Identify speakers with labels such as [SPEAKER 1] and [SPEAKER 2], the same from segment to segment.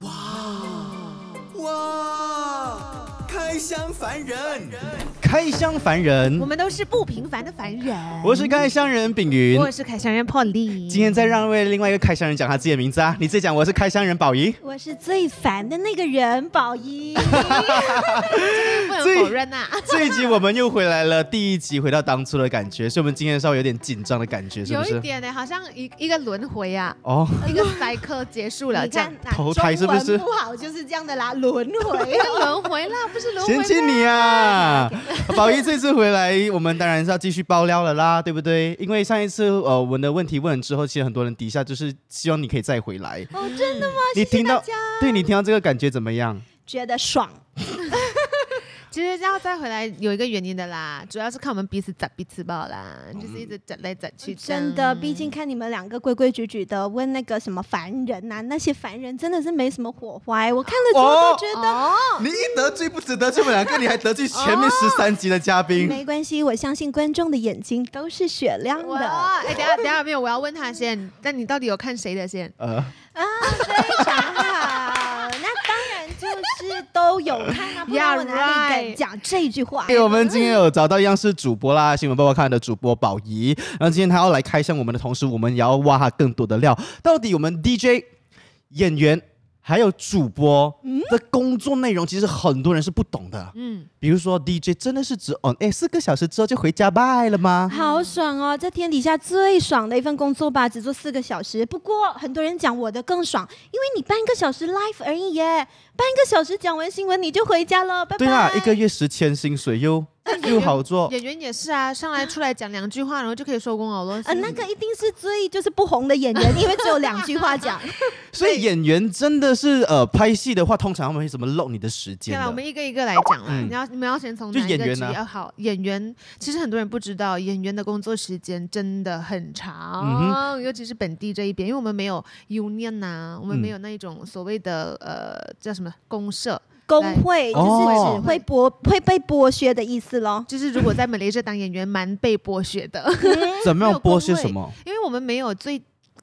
[SPEAKER 1] 啊开箱凡人，
[SPEAKER 2] 开箱凡人
[SPEAKER 3] 我，们都是不平凡的凡人。
[SPEAKER 2] 嗯我是开箱人丙云。
[SPEAKER 3] 我是凯旋人 p a u l i
[SPEAKER 2] 今天再让位另外一个开箱人讲他自己的名字啊，你自己讲，我是开箱人宝 仪。
[SPEAKER 4] 我是最烦的那个人，宝仪。
[SPEAKER 3] 不能
[SPEAKER 2] 最
[SPEAKER 3] 否认啊呐、
[SPEAKER 2] 这一集我们又回来了，第一集回到当初的感觉，所以我们今天稍微有点紧张的感觉，是
[SPEAKER 3] 有
[SPEAKER 2] 不
[SPEAKER 3] 一
[SPEAKER 2] 是？
[SPEAKER 3] 点呢、欸好像一一个轮回 啊，
[SPEAKER 2] 哦，
[SPEAKER 3] 一个 cycle 结束了，
[SPEAKER 4] 你
[SPEAKER 3] 这样
[SPEAKER 4] 看，那
[SPEAKER 2] 投胎是不是
[SPEAKER 4] 中文不好就是这样的啦，轮
[SPEAKER 3] 一
[SPEAKER 4] 回。
[SPEAKER 3] 个轮回啦，不是轮回
[SPEAKER 2] 嫌弃
[SPEAKER 3] 啦。
[SPEAKER 2] 你啊！ 宝仪这次回来，我们当然是要继续爆料了啦，对不对？因为上一次呃我们的问题问了之后，其实很多人底下就是希望你可以再回来。
[SPEAKER 4] 哦，真的吗？
[SPEAKER 2] 嗯你听到
[SPEAKER 4] 谢谢大家哦
[SPEAKER 2] 对你听到这个感觉怎么样？
[SPEAKER 4] 觉得爽，
[SPEAKER 3] 其实要再回来有一个原因的啦，主要是看我们彼此咋彼此爆啦，就是一直整来整去这样。
[SPEAKER 4] 真
[SPEAKER 2] 嗯
[SPEAKER 4] 的。毕竟看你们两个规规矩矩的，问那个什么凡人呐、那些凡人真的是没什么火花。我看了之后
[SPEAKER 2] 哦
[SPEAKER 4] 都觉得、
[SPEAKER 3] 哦，
[SPEAKER 2] 你一得罪不止得罪我们两个，你还得罪前面十三集的嘉宾。
[SPEAKER 4] 没关系，我相信观众的眼睛都是雪亮
[SPEAKER 3] 我
[SPEAKER 4] 的。
[SPEAKER 3] 哎，等一下等一下没有，我要问他先，那你到底有看谁的先？
[SPEAKER 4] 哦
[SPEAKER 2] 呃，
[SPEAKER 4] 非常好，那当然就是都有看啊，不然我哪里
[SPEAKER 3] Yeah, right
[SPEAKER 4] 敢讲这句话？
[SPEAKER 2] 哎因为我们今天有找到央视主播啦，新闻报报看的主播宝仪，然后今天他要来开箱我们的同时，我们也要挖他更多的料。到底我们 DJ 演员还有主播
[SPEAKER 4] 嗯
[SPEAKER 2] 的工作内容，其实很多人是不懂的。
[SPEAKER 3] 嗯，
[SPEAKER 2] 比如说 DJ 真的是只 on 哎四个小时之后就回家拜了吗？
[SPEAKER 4] 好爽哦！这天底下最爽的一份工作吧，只做四个小时。不过很多人讲我的更爽，因为你半个小时 live 而已耶，半个小时讲完新闻你就回家了，拜拜。哎
[SPEAKER 2] 对啊，一个月十千薪水又又好做，
[SPEAKER 3] 演员也是啊，上来出来讲两句话，然后就可以收工了。
[SPEAKER 4] 呃，那个一定是最就是不红的演员，因为只有两句 话讲。
[SPEAKER 2] 所以演员真的是呃拍戏的话，通常他们会怎么漏你的时间
[SPEAKER 3] 天啊啦，我
[SPEAKER 2] 的？
[SPEAKER 3] 们一个一个来讲啦。
[SPEAKER 2] 嗯
[SPEAKER 3] 你要你们要先从
[SPEAKER 2] 就
[SPEAKER 3] 哪一
[SPEAKER 2] 演
[SPEAKER 3] 个
[SPEAKER 2] 员
[SPEAKER 3] 职
[SPEAKER 2] 啊
[SPEAKER 3] 业好？演员其实很多人不知道，演员的工作时间真的很
[SPEAKER 2] 嗯
[SPEAKER 3] 长，尤其是本地这一边，因为我们没有 union 呐、我
[SPEAKER 2] 嗯
[SPEAKER 3] 们没有那一种所谓的呃叫什么公社。
[SPEAKER 4] 工会就是
[SPEAKER 2] 哦
[SPEAKER 4] 只会剥会被剥削的意 思咯。
[SPEAKER 3] 就是如果在马来西亚当演员，蛮被剥削的，
[SPEAKER 2] 怎么
[SPEAKER 3] 没
[SPEAKER 2] 样
[SPEAKER 3] 有
[SPEAKER 2] 播
[SPEAKER 3] 工
[SPEAKER 2] 些
[SPEAKER 3] 会
[SPEAKER 2] 什么？
[SPEAKER 3] 因为我们没有最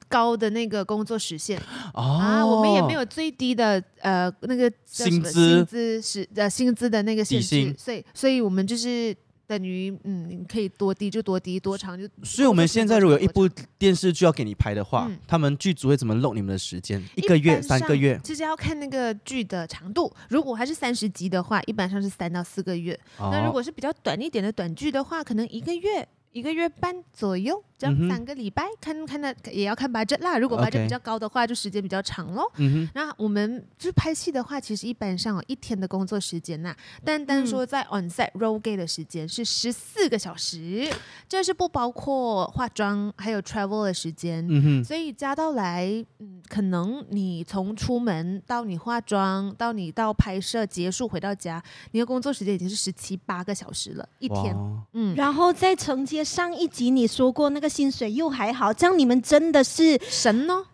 [SPEAKER 3] 高的那个工作时限、
[SPEAKER 2] 哦、
[SPEAKER 3] 啊，我们也没有最低的呃那个叫什么
[SPEAKER 2] 薪资
[SPEAKER 3] 薪资是呃薪资的那个限
[SPEAKER 2] 底薪
[SPEAKER 3] 制，所以所以我们就是等于嗯，你可以多低就多低，多长就
[SPEAKER 2] 所以，我们现在如果有一部
[SPEAKER 3] 多
[SPEAKER 2] 电视剧要给你拍的话，
[SPEAKER 3] 嗯
[SPEAKER 2] 他们剧组会怎么弄你们的时间？一
[SPEAKER 3] 长
[SPEAKER 2] 个月、
[SPEAKER 3] 般上
[SPEAKER 2] 三个月？
[SPEAKER 3] 其实要看那个剧的长度。如果还是三十集的话，一般上是三到四个月。那如
[SPEAKER 2] 哦
[SPEAKER 3] 果是比较短一点的短剧的话，可能一个月。一个月半左右，这
[SPEAKER 2] 嗯哼
[SPEAKER 3] 样三个礼拜，看看那也要看 budget 啦。如果 budget
[SPEAKER 2] OK
[SPEAKER 3] 比较高的话，就时间比较长喽。
[SPEAKER 2] 嗯
[SPEAKER 3] 那我们就是拍戏的话，其实一般上有一天的工作时间呐、单单说在 on set roll gay 的时间是十四个小时，这是不包括化妆还有 travel 的时间。
[SPEAKER 2] 哼，嗯
[SPEAKER 3] 所以加到来，嗯，可能你从出门到你化妆，到你到拍摄结束回到家，你的工作时间已经是十七八个小时了，一
[SPEAKER 2] 哼，
[SPEAKER 3] 天。
[SPEAKER 2] 哇
[SPEAKER 3] 嗯，
[SPEAKER 4] 然后再承接上一集你说过那个薪水又还好，这样你们真的是
[SPEAKER 3] 神哦呢、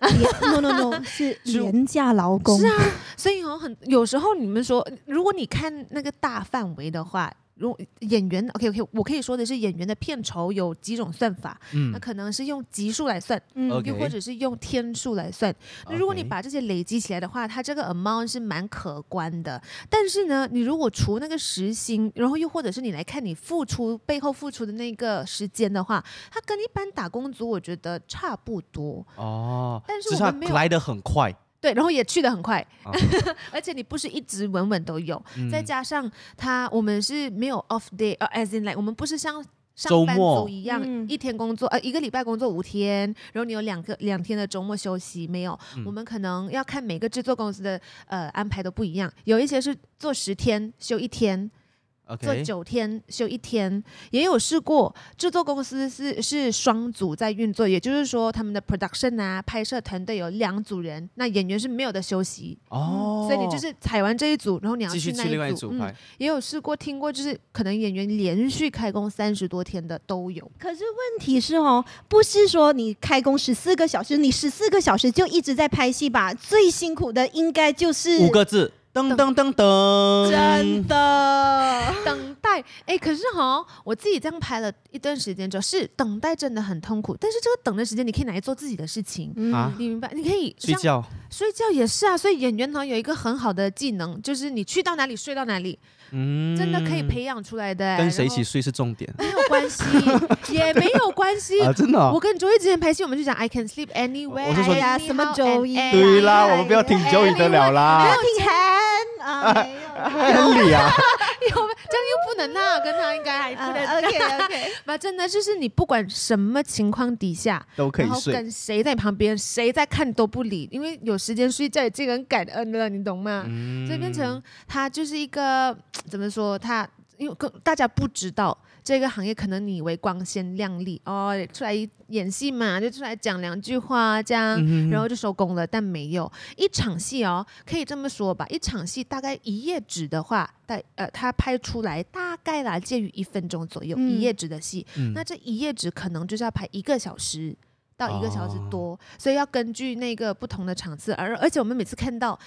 [SPEAKER 4] no no no 是
[SPEAKER 2] 是
[SPEAKER 4] 廉价劳工。
[SPEAKER 2] 呃
[SPEAKER 3] 是啊，所以哦，很有时候你们说，如果你看那个大范围的话，如演员 OK OK，我可以说的是演员的片酬有几种算法，那
[SPEAKER 2] 嗯
[SPEAKER 3] 可能是用集数来算，
[SPEAKER 4] 嗯
[SPEAKER 2] OK
[SPEAKER 3] 又或者是用天数来算。那如果你
[SPEAKER 2] OK
[SPEAKER 3] 把这些累积起来的话，它这个 amount 是蛮可观的。但是呢，你如果除那个时薪，然后又或者是你来看你付出背后付出的那个时间的话，它跟一般打工族我觉得差不多。
[SPEAKER 2] 哦，
[SPEAKER 3] 但是
[SPEAKER 2] 只
[SPEAKER 3] 我
[SPEAKER 2] 是它
[SPEAKER 3] 们没有
[SPEAKER 2] 来的很快，
[SPEAKER 3] 对，然后也去得很快，
[SPEAKER 2] 啊
[SPEAKER 3] 而且你不是一直稳稳都有，
[SPEAKER 2] 嗯
[SPEAKER 3] 再加上他我们是没有 off day，呃，as in like 我们不是像。
[SPEAKER 2] 周
[SPEAKER 3] 上班
[SPEAKER 2] 末
[SPEAKER 3] 族一样，
[SPEAKER 4] 嗯
[SPEAKER 3] 一天工作，呃，一个礼拜工作五天，然后你有两个两天的周末休息，没有？
[SPEAKER 2] 嗯
[SPEAKER 3] 我们可能要看每个制作公司的呃安排都不一样，有一些是做十天休一天，做
[SPEAKER 2] OK，
[SPEAKER 3] 九天休一天，也有试过制作公司是是双组在运作，也就是说他们的 production 啊拍摄团队有两组人，那演员是没有的休息，
[SPEAKER 2] 哦，
[SPEAKER 3] 嗯所以你就是采完这一组，然后你要
[SPEAKER 2] 继续
[SPEAKER 3] 那
[SPEAKER 2] 去另外一
[SPEAKER 3] 组
[SPEAKER 2] 组
[SPEAKER 3] 嗯。
[SPEAKER 2] 拍，
[SPEAKER 3] 也有试过听过，就是可能演员连续开工三十多天的都有。
[SPEAKER 4] 可是问题是哦，不是说你开工十四个小时，你十四个小时就一直在拍戏吧？最辛苦的应该就是
[SPEAKER 2] 五个字噔噔噔噔，
[SPEAKER 4] 真的。
[SPEAKER 3] 等待，哎，可是哈、我自己这样拍了一段时间之后，是等待真的很痛苦，但是这个等的时间，你可以拿来做自己的事情。
[SPEAKER 4] 嗯
[SPEAKER 2] 啊
[SPEAKER 3] 你明白？你可以
[SPEAKER 2] 睡
[SPEAKER 3] 像
[SPEAKER 2] 觉，
[SPEAKER 3] 睡觉也是啊，所以演员呢有一个很好的技能，就是你去到哪里睡到哪里，
[SPEAKER 2] 嗯，
[SPEAKER 3] 真的可以培养出来的、
[SPEAKER 2] 跟谁一起
[SPEAKER 3] 然后
[SPEAKER 2] 睡是重点
[SPEAKER 3] 没有关系，也没有关 系。
[SPEAKER 2] 啊，真的哦、
[SPEAKER 3] 我跟周易之前拍戏，我们就讲 I can sleep anywhere，
[SPEAKER 2] 我是说
[SPEAKER 3] 哎呀
[SPEAKER 4] 什么周易
[SPEAKER 2] 对啦，
[SPEAKER 4] 哎呀
[SPEAKER 2] 我们不要听
[SPEAKER 4] 哎呀
[SPEAKER 2] Joey 的了
[SPEAKER 4] 没
[SPEAKER 2] 啦
[SPEAKER 4] 有听很啊，没有。
[SPEAKER 2] ，Henry 啊，
[SPEAKER 3] 有 这样又不能啦，跟他应该还不
[SPEAKER 4] 啊
[SPEAKER 3] 能。
[SPEAKER 4] OK OK，
[SPEAKER 3] 那真的就是你不管什么情况底下，
[SPEAKER 2] 都可以
[SPEAKER 3] 然后
[SPEAKER 2] 睡。
[SPEAKER 3] 跟谁在旁边，谁在看都不理，因为有时间睡觉已经很感恩了，你懂吗？
[SPEAKER 2] 嗯
[SPEAKER 3] 所以变成他就是一个怎么说？他因为更大家不知道这个行业，可能你以为光鲜亮丽哦，出来演戏嘛，就出来讲两句话这样，然后就收工了。但没有一场戏哦，可以这么说吧，一场戏大概一页纸的话，大呃，他拍出来大概啦介于一分钟左右，
[SPEAKER 4] 嗯
[SPEAKER 3] 一页纸的戏。
[SPEAKER 2] 嗯
[SPEAKER 3] 那这一页纸可能就是要拍一个小时。到一个小时
[SPEAKER 2] 哦
[SPEAKER 3] 多，所以要根据那个不同的场次，而而且我们每次看到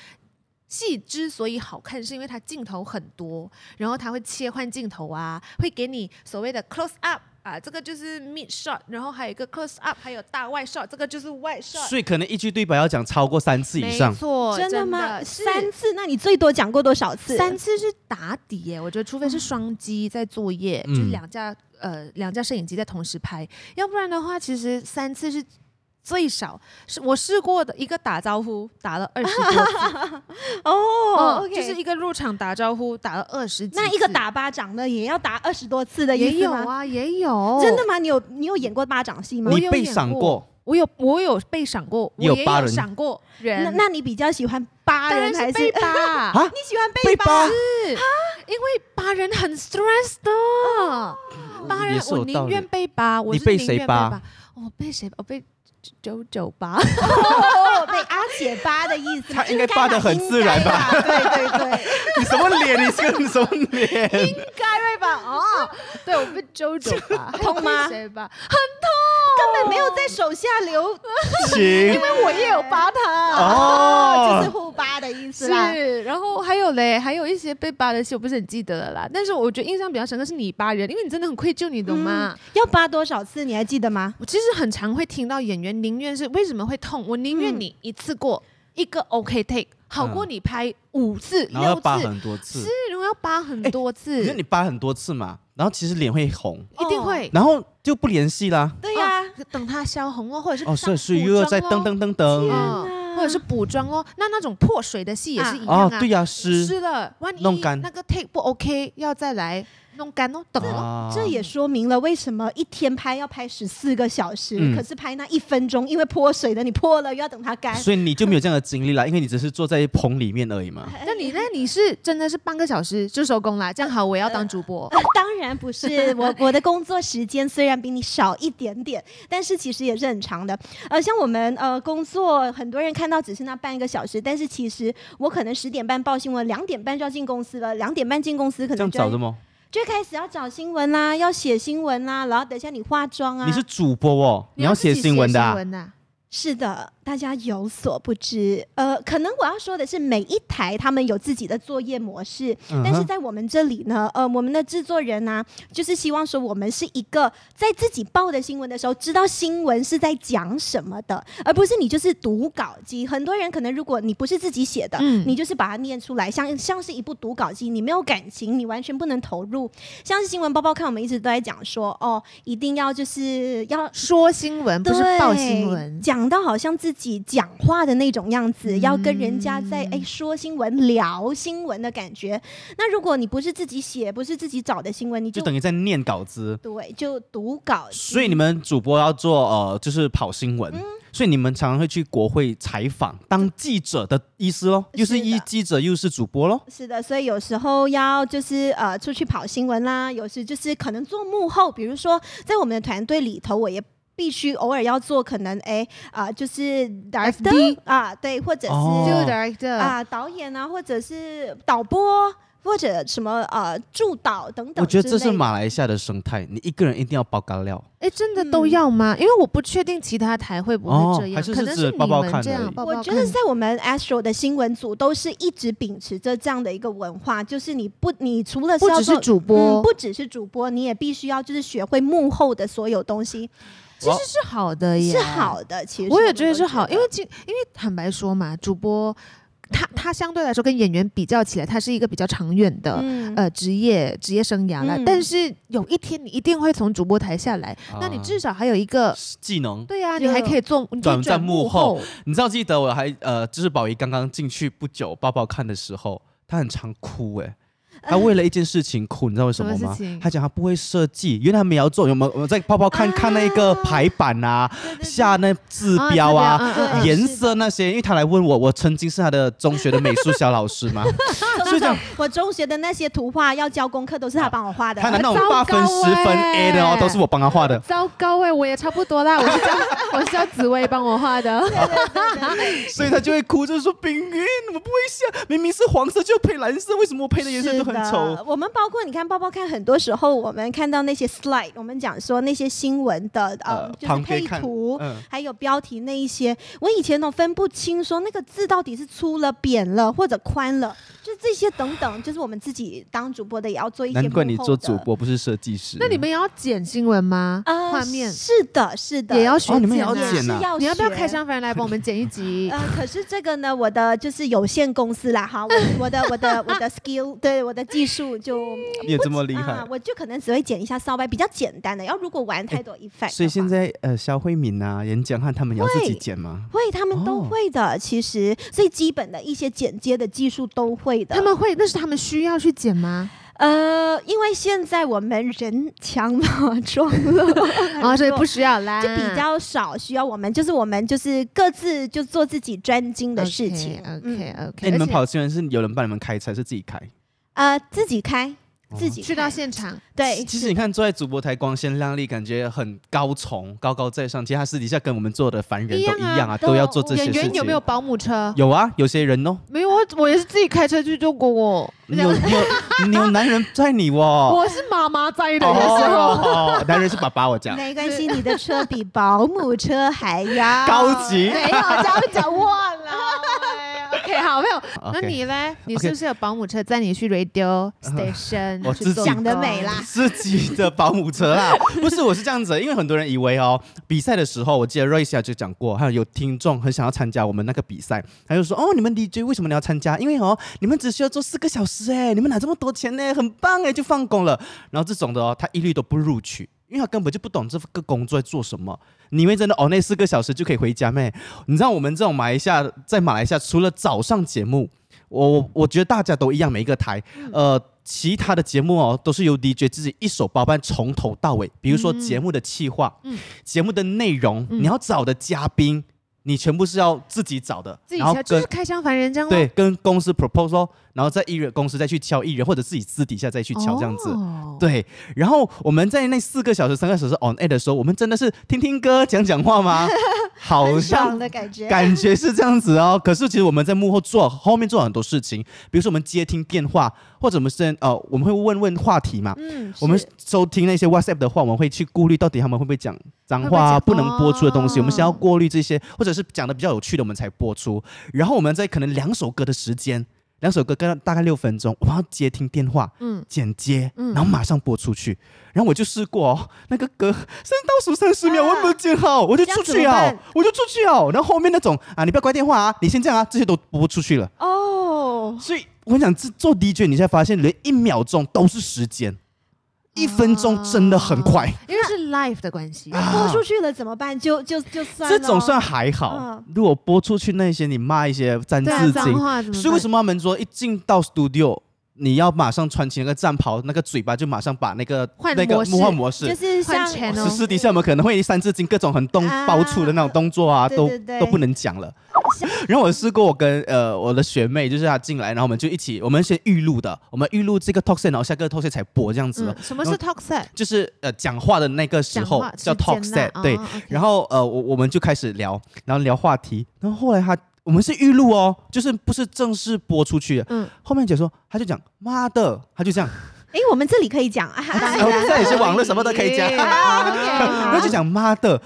[SPEAKER 3] 戏之所以好看，是因为它镜头很多，然后它会切换镜头啊，会给你所谓的 close up 啊，这个就是 mid shot，然后还有一个 close up，还有大外 shot，这个就是外 shot。
[SPEAKER 2] 所以可能一句对白要讲超过三次以上
[SPEAKER 3] 没，错，
[SPEAKER 4] 真的
[SPEAKER 3] 哦的
[SPEAKER 4] 吗？
[SPEAKER 3] 是
[SPEAKER 4] 三次？那你最多讲过多少次？嗯
[SPEAKER 3] 三次是打底耶，我觉得除非是双机在作业，
[SPEAKER 2] 嗯
[SPEAKER 3] 就是两架呃两架摄影机在同时拍，要不然的话，其实三次是最少。是我试过的一个打招呼打了二十多次，
[SPEAKER 4] 哦
[SPEAKER 3] 嗯就是
[SPEAKER 4] ，OK。
[SPEAKER 3] 一个入场打招呼打了二十几次，
[SPEAKER 4] 那一个打巴掌的也要打二十多次的意
[SPEAKER 3] 也
[SPEAKER 4] 思
[SPEAKER 3] 有
[SPEAKER 4] 吗？
[SPEAKER 3] 啊，也有
[SPEAKER 4] 真的。吗？你有你有演过巴掌戏吗
[SPEAKER 3] 我？
[SPEAKER 2] 哦你
[SPEAKER 3] 有
[SPEAKER 2] 被
[SPEAKER 3] 演
[SPEAKER 2] 赏
[SPEAKER 3] 过
[SPEAKER 2] 过，
[SPEAKER 3] 我有我有被赏过，我
[SPEAKER 2] 你有
[SPEAKER 3] 也
[SPEAKER 2] 扒
[SPEAKER 3] 有
[SPEAKER 2] 人
[SPEAKER 3] 赏过人，
[SPEAKER 4] 那那你比较喜欢巴
[SPEAKER 3] 当然
[SPEAKER 4] 人还
[SPEAKER 3] 是
[SPEAKER 4] 是
[SPEAKER 3] 被 扒。
[SPEAKER 2] 啊
[SPEAKER 4] 你喜欢被
[SPEAKER 2] 被扒
[SPEAKER 3] 是因为扒人很 stress
[SPEAKER 4] 哦
[SPEAKER 3] 的，扒
[SPEAKER 2] 也
[SPEAKER 3] 人
[SPEAKER 2] 是有道
[SPEAKER 3] 我宁
[SPEAKER 2] 理
[SPEAKER 3] 愿被扒，我
[SPEAKER 2] 你
[SPEAKER 3] 是
[SPEAKER 2] 被
[SPEAKER 3] 宁
[SPEAKER 2] 谁
[SPEAKER 3] 愿
[SPEAKER 2] 扒
[SPEAKER 3] 扒？我被谁扒？我被九九扒。
[SPEAKER 4] 哦，被阿姐扒的意思 吗？
[SPEAKER 2] 他应该扒得很自然吧
[SPEAKER 4] 应该啦？对对对，
[SPEAKER 2] 你什么脸？你是个什么脸？
[SPEAKER 3] 应该会吧？哦， 对，我被九九 扒，
[SPEAKER 4] 痛吗
[SPEAKER 3] 还有被谁扒？
[SPEAKER 4] 根本没有在手下留，
[SPEAKER 2] 行
[SPEAKER 3] 因为我也有扒他。
[SPEAKER 4] 哦，就是
[SPEAKER 2] 哦，
[SPEAKER 4] 互扒的意思啦。
[SPEAKER 3] 是，然后还有嘞，还有一些被扒的戏，我不是很记得了啦。但是我觉得印象比较深刻是你扒人，因为你真的很愧疚，你懂吗？
[SPEAKER 4] 要扒多少次？你还记得吗？
[SPEAKER 3] 我其实很常会听到演员宁愿是为什么会痛，我
[SPEAKER 2] 嗯
[SPEAKER 3] 宁愿你一次过、一个 OK take，好过你拍五次、
[SPEAKER 2] 嗯然后
[SPEAKER 3] 六
[SPEAKER 2] 要扒
[SPEAKER 3] 次，
[SPEAKER 2] 很多
[SPEAKER 3] 是
[SPEAKER 2] 次，，
[SPEAKER 3] 然后要扒很多次，
[SPEAKER 2] 因为你哦扒很多次嘛，然后其实脸会红，
[SPEAKER 3] 一定会。
[SPEAKER 2] 然后就不联系啦。
[SPEAKER 4] 对
[SPEAKER 3] 哦
[SPEAKER 4] 呀，
[SPEAKER 3] 等它消红哦，或者是
[SPEAKER 2] 哦，所以所以
[SPEAKER 3] 补
[SPEAKER 2] 又要
[SPEAKER 3] 妆
[SPEAKER 2] 再
[SPEAKER 3] 咯
[SPEAKER 2] 噔噔噔噔。
[SPEAKER 3] 哦
[SPEAKER 4] 天哪
[SPEAKER 3] 或者是补妆哦，那那种破水的戏也是一
[SPEAKER 2] 哦
[SPEAKER 3] 样啊，，
[SPEAKER 2] 对呀，湿
[SPEAKER 3] 湿了，万一
[SPEAKER 2] 弄干
[SPEAKER 3] 那个 take 不 OK，要再来弄干哦，等哦，
[SPEAKER 2] 啊
[SPEAKER 4] 这也说明了为什么一天拍要拍十四个小时，
[SPEAKER 2] 嗯
[SPEAKER 4] 可是拍那一分钟，因为泼水的你泼了又要等它干。
[SPEAKER 2] 所以你就没有这样的经历啦，因为你只是坐在棚里面而已嘛。
[SPEAKER 3] 那你
[SPEAKER 4] 哎
[SPEAKER 3] 那你是真的是半个小时就收工啦，这样好，我也要当主播。
[SPEAKER 4] 当然不是，我我的工作时间虽然比你少一点点，但是其实也是很长的。呃，像我们呃工作，很多人看到只是那半个小时，但是其实我可能十点半报新闻，两点半就要进公司了，两点半进公司可
[SPEAKER 2] 这
[SPEAKER 4] 能
[SPEAKER 2] 样
[SPEAKER 4] 就要
[SPEAKER 2] 找的吗？
[SPEAKER 4] 就开始要找新闻啦，要写新闻啦，然后等一下你化妆啊。
[SPEAKER 2] 你是主播哦，你要
[SPEAKER 3] 自己
[SPEAKER 2] 写新闻的啊
[SPEAKER 3] 新。闻呐
[SPEAKER 4] 是的，大家有所不知，呃，可能我要说的是，每一台他们有自己的作业模式，
[SPEAKER 2] 嗯哼
[SPEAKER 4] 但是在我们这里呢，呃，我们的制作人呢、就是希望说我们是一个在自己报的新闻的时候，知道新闻是在讲什么的，而不是你就是读稿机。很多人可能如果你不是自己写的，
[SPEAKER 3] 嗯
[SPEAKER 4] 你就是把它念出来，像像是一部读稿机，你没有感情，你完全不能投入。像是新闻包包看，我们一直都在讲说，哦，一定要就是要
[SPEAKER 3] 说新闻不是报新
[SPEAKER 4] 对
[SPEAKER 3] 闻，
[SPEAKER 4] 讲到好像自己讲话的那种样子，要跟人家在
[SPEAKER 3] 嗯
[SPEAKER 4] 哎说新闻、聊新闻的感觉。那如果你不是自己写，不是自己找的新闻，你
[SPEAKER 2] 就
[SPEAKER 4] 就呃
[SPEAKER 2] 等于在念稿子。
[SPEAKER 4] 对，就读稿。
[SPEAKER 2] 所以你们主播要做呃，就是跑新闻，所以你们常常会去国会采访，当记者的意思咯，又是
[SPEAKER 4] 是的
[SPEAKER 2] 一记者又是主播咯。
[SPEAKER 4] 是的，所以有时候要就是呃出去跑新闻啦，有时就是可能做幕后，比如说在我们的团队里头，我也。必须偶尔要做，可能哎啊、就是
[SPEAKER 3] FD
[SPEAKER 4] director 啊，对，或者是、
[SPEAKER 2] 哦
[SPEAKER 3] Field director
[SPEAKER 4] 啊导演啊，或者是导播。或者什么呃助导等等
[SPEAKER 2] 我觉
[SPEAKER 4] 之类
[SPEAKER 2] 得
[SPEAKER 4] 的，
[SPEAKER 2] 这是马来西亚的生态，你一个人一定要爆干料。
[SPEAKER 3] 哎，真的都要吗？
[SPEAKER 4] 嗯
[SPEAKER 3] 因为我不确定其他台会不会
[SPEAKER 2] 哦
[SPEAKER 3] 这样，
[SPEAKER 2] 还是
[SPEAKER 3] 可
[SPEAKER 2] 是
[SPEAKER 3] 能
[SPEAKER 2] 指
[SPEAKER 3] 你
[SPEAKER 2] 包包
[SPEAKER 3] 们
[SPEAKER 2] 看
[SPEAKER 3] 这
[SPEAKER 2] 而
[SPEAKER 3] 样
[SPEAKER 2] 已。
[SPEAKER 3] 包包
[SPEAKER 4] 我觉得
[SPEAKER 3] 看
[SPEAKER 4] 在我们 Astro 的新闻组都是一直秉持着这样的一个文化，就是你不，你除了是
[SPEAKER 3] 不
[SPEAKER 4] 要
[SPEAKER 3] 只是
[SPEAKER 4] 做
[SPEAKER 3] 主播
[SPEAKER 4] 嗯，，不只是主播，你也必须要就是学会幕后的所有东西，
[SPEAKER 3] 其实是好的耶，
[SPEAKER 4] 是。好的。其实
[SPEAKER 3] 哎我也
[SPEAKER 4] 觉
[SPEAKER 3] 觉
[SPEAKER 4] 得
[SPEAKER 3] 得是好，因为其因为坦白说嘛，主播他他相对来说跟演员比较起来，他是一个比较长远的。
[SPEAKER 4] 嗯
[SPEAKER 3] 呃，职业职业生涯了，
[SPEAKER 4] 嗯
[SPEAKER 3] 但是有一天你一定会从主播台下来，那你
[SPEAKER 2] 啊
[SPEAKER 3] 至少还有一个，
[SPEAKER 2] 技能，
[SPEAKER 3] 对呀、
[SPEAKER 4] 就
[SPEAKER 3] 你还可以做，你可以
[SPEAKER 2] 转
[SPEAKER 3] 转
[SPEAKER 2] 战幕后
[SPEAKER 3] 后，
[SPEAKER 2] 你知道记得我还呃，就是宝仪刚刚进去不久，抱抱看的时候，他很常哭 哎、他为了一件事情哭，你知道为什么
[SPEAKER 3] 什么
[SPEAKER 2] 吗
[SPEAKER 3] 事情？
[SPEAKER 2] 他讲他不会设计，原来他们也要做。我们我们在泡泡看、
[SPEAKER 4] 啊
[SPEAKER 2] 看那个排版 啊，下那字
[SPEAKER 3] 啊
[SPEAKER 2] 标啊、
[SPEAKER 3] 字标嗯嗯嗯
[SPEAKER 2] 颜色那些，因为他来问我，我曾经是他的中学的美术小老师 嘛，所以讲
[SPEAKER 4] 我中学的那些图画要交功课都是
[SPEAKER 3] 啊
[SPEAKER 4] 他帮我画的，
[SPEAKER 2] 他 的那种
[SPEAKER 3] 糟
[SPEAKER 2] 八
[SPEAKER 3] 糕
[SPEAKER 2] 分、十分
[SPEAKER 3] 欸
[SPEAKER 2] A 的哦，都是我帮他画的。
[SPEAKER 3] 糟糕哎、我也差不多啦，我是叫我是叫紫薇帮我 画的，
[SPEAKER 2] 所以他就会哭，就是说冰云，我不会下，明明是黄色就配蓝色，为什么我配的颜色
[SPEAKER 4] 是
[SPEAKER 2] 都很丑
[SPEAKER 4] 的？，我们包括你看包包看，很多时候我们看到那些 slide，我们讲说那些新闻的
[SPEAKER 3] 嗯
[SPEAKER 4] 呃，就是
[SPEAKER 2] 旁边
[SPEAKER 4] 配
[SPEAKER 2] 看
[SPEAKER 4] 图，
[SPEAKER 2] 嗯
[SPEAKER 4] 还有标题那一些，我以前都分不清，说那个字到底是粗了、扁了或者宽了，就这些等等，就是我们自己当主播的也要做一些。
[SPEAKER 2] 难怪你做主。播不是设计师。
[SPEAKER 3] 那你们也要剪新闻吗？
[SPEAKER 4] 啊，
[SPEAKER 3] 画面
[SPEAKER 4] 是的，是的，
[SPEAKER 3] 也要学
[SPEAKER 2] 哦你们也要
[SPEAKER 3] 剪啊
[SPEAKER 2] 剪
[SPEAKER 4] 是
[SPEAKER 2] 啊
[SPEAKER 4] 要
[SPEAKER 3] 你要不要
[SPEAKER 4] 学
[SPEAKER 3] 开箱凡人来帮我们剪一 集？
[SPEAKER 4] 呃，可是这个呢，我的就是有限公司啦，哈，我我的我的我的 skill，对我的技术就
[SPEAKER 2] 你也这么厉
[SPEAKER 4] 啊
[SPEAKER 2] 害，，
[SPEAKER 4] 我就可能只会剪一下烧白，比较简单的。要如果玩太多 effect，的话
[SPEAKER 2] 哎所以现在呃，肖慧敏啊、严江汉他们也要自己剪吗？
[SPEAKER 4] 会，他们都
[SPEAKER 2] 哦
[SPEAKER 4] 会的。其实最基本的一些剪接的技术都会的。
[SPEAKER 3] 他们会，那是他们需要去剪吗？
[SPEAKER 4] 呃，因为现在我们人强马壮 了，
[SPEAKER 2] 哦
[SPEAKER 3] 啊，所以不需要啦，
[SPEAKER 4] 就比较少需要我们，就是我们就是各自就做自己专精的事情。
[SPEAKER 3] OK
[SPEAKER 4] 嗯
[SPEAKER 3] OK，
[SPEAKER 2] 哎，你们跑新闻是有人帮你们开车，是自己开？
[SPEAKER 4] 呃，自己开，自己
[SPEAKER 3] 去到
[SPEAKER 2] 哦
[SPEAKER 4] 开
[SPEAKER 3] 现场，
[SPEAKER 4] 对，
[SPEAKER 2] 其实你看坐在主播台光鲜亮丽，感觉很高崇、高高在上，其实他私底下跟我们做的凡人
[SPEAKER 3] 一
[SPEAKER 2] 都
[SPEAKER 3] 样
[SPEAKER 2] 一
[SPEAKER 3] 啊
[SPEAKER 2] 样啊，
[SPEAKER 4] 都
[SPEAKER 2] 都要做这些
[SPEAKER 3] 演
[SPEAKER 2] 事情。
[SPEAKER 3] 员有没有？保姆车？
[SPEAKER 2] 有啊，有些人哦，
[SPEAKER 3] 没有，我我也是自己开车去中国哦。
[SPEAKER 2] 你有你有你有男人在你哦。
[SPEAKER 3] 我是妈妈在的，有时候
[SPEAKER 2] 哦，男人是爸爸，我讲
[SPEAKER 4] 没关系，你的车比保姆车还要
[SPEAKER 2] 高级。
[SPEAKER 3] 没有这样讲忘了。OK，好，没有。那
[SPEAKER 2] OK
[SPEAKER 3] 你嘞？你是不是有保姆车载你去 radio station？
[SPEAKER 2] 我
[SPEAKER 3] 去
[SPEAKER 2] 自己
[SPEAKER 3] 做
[SPEAKER 4] 想得美啦
[SPEAKER 2] 自己的保姆车啦， 不是，我是这样子，因为很多人以为哦，比赛的时候，我记得 r a c e 就讲过，还有有听众很想要参加我们那个比赛，他就说哦，你们 DJ 为什么你要参加？因为哦，你们只需要做四个小时哎，你们拿这么多钱呢，很棒哎，就放工了。然后这种的哦，他一律都不录取。因为他根本就不懂这个工作在做什么，你以为真的哦，那四个小时就可以回家咩？你知道我们这种马来西亚，在马来西亚除了早上节目，我我我觉得大家都一样，每一个台，
[SPEAKER 3] 嗯
[SPEAKER 2] 呃，其他的节目哦，都是由 DJ 自己一手包办，从头到尾。比如说节目的企划，
[SPEAKER 3] 嗯
[SPEAKER 2] 节目的内容，你要找的嘉宾，你全部是要自己找的，
[SPEAKER 3] 自己哦
[SPEAKER 2] 然后
[SPEAKER 3] 车，就
[SPEAKER 2] 跟
[SPEAKER 3] 是开箱凡人这样咯。
[SPEAKER 2] 对跟公司 propose 哦，然后在艺人公司再去敲艺人，或者自己私底下再去
[SPEAKER 3] 哦，
[SPEAKER 2] 敲这样子。对，然后我们在那四个小时、三个小时 on air 的时候，我们真的是听听歌、讲讲话 吗？ 好
[SPEAKER 4] 很
[SPEAKER 2] 像
[SPEAKER 4] 爽的感觉。
[SPEAKER 2] 感觉是这样子哦。可是其实我们在幕后做后面做很多事情，比如说我们接听电话，或者我们是呃我们会问问话题嘛。
[SPEAKER 4] 嗯，
[SPEAKER 2] 我们
[SPEAKER 4] 是
[SPEAKER 2] 收听那些 WhatsApp 的话，我们会去顾虑到底他们会不会讲脏话啊、
[SPEAKER 3] 会不
[SPEAKER 2] 不
[SPEAKER 3] 会讲
[SPEAKER 2] 能播出的东西，
[SPEAKER 3] 哦
[SPEAKER 2] 我们先要过滤这些，或者是讲的比较有趣的，我们才播出。然后我们在可能两首歌的时间，两首歌跟大概六分钟，我们要接听电话，
[SPEAKER 3] 嗯
[SPEAKER 2] 剪接，
[SPEAKER 3] 嗯
[SPEAKER 2] 然后马上播出去。然后我就试过哦，那个歌三倒数三十秒，
[SPEAKER 4] 啊
[SPEAKER 2] 我也没有剪好，我就出
[SPEAKER 4] 这
[SPEAKER 2] 去
[SPEAKER 4] 样
[SPEAKER 2] 哦
[SPEAKER 4] 怎么办，
[SPEAKER 2] 我就出去哦。然后后面那种啊，你不要挂电话啊，你先这样啊，这些都播出去了。
[SPEAKER 4] 哦，
[SPEAKER 2] 所以我想这做 DJ，你才发现连一秒钟都是时
[SPEAKER 3] 啊
[SPEAKER 2] 间，一分钟真的很快。
[SPEAKER 3] 因为是 live 的关
[SPEAKER 2] 啊
[SPEAKER 3] 系。
[SPEAKER 4] 播出去了怎么办？就就就算
[SPEAKER 2] 这种
[SPEAKER 4] 咯
[SPEAKER 2] 算还好，如果播出去那些你骂一些沾
[SPEAKER 3] 嗯对啊，
[SPEAKER 2] 字
[SPEAKER 3] 脏
[SPEAKER 2] 经，
[SPEAKER 3] 话怎么办？
[SPEAKER 2] 所以为什么他们说一进到 studio，你要马上穿起那个战袍，那个嘴巴就马上把那个
[SPEAKER 3] 换
[SPEAKER 2] 那个
[SPEAKER 3] 模式
[SPEAKER 2] 换模
[SPEAKER 4] 就
[SPEAKER 2] 式。
[SPEAKER 4] 是
[SPEAKER 3] 换
[SPEAKER 4] 像
[SPEAKER 3] 钱哦
[SPEAKER 2] 私私底下我们可能会三字经各种很动
[SPEAKER 4] 啊
[SPEAKER 2] 爆粗的那种动作啊，
[SPEAKER 4] 对
[SPEAKER 2] 都
[SPEAKER 4] 对对
[SPEAKER 2] 都不能讲了。 然后我试过，我跟呃我的学妹，就是她进来，然后我们就一起，我们先预录的，我们预录这个 talk set，然后下个 talk set 才播这样子。啊
[SPEAKER 3] 嗯
[SPEAKER 2] 的，
[SPEAKER 3] 什么是 talk set？
[SPEAKER 2] 就是呃讲话的那个时
[SPEAKER 3] 讲
[SPEAKER 2] 候
[SPEAKER 3] 话哦
[SPEAKER 2] 叫 talk set，对。然
[SPEAKER 3] 后
[SPEAKER 2] 后呃，我我们就开始聊，然后聊话题，然后后来他我们是预录哦，就是不是正式播出去的。
[SPEAKER 3] 嗯，
[SPEAKER 2] 后面解说，他就讲妈的，他就这样，
[SPEAKER 4] 哎，我们这里可 以讲啊，当
[SPEAKER 2] 然后
[SPEAKER 4] 然
[SPEAKER 2] 哦这也是网络什么都可以 讲，然后就讲妈的。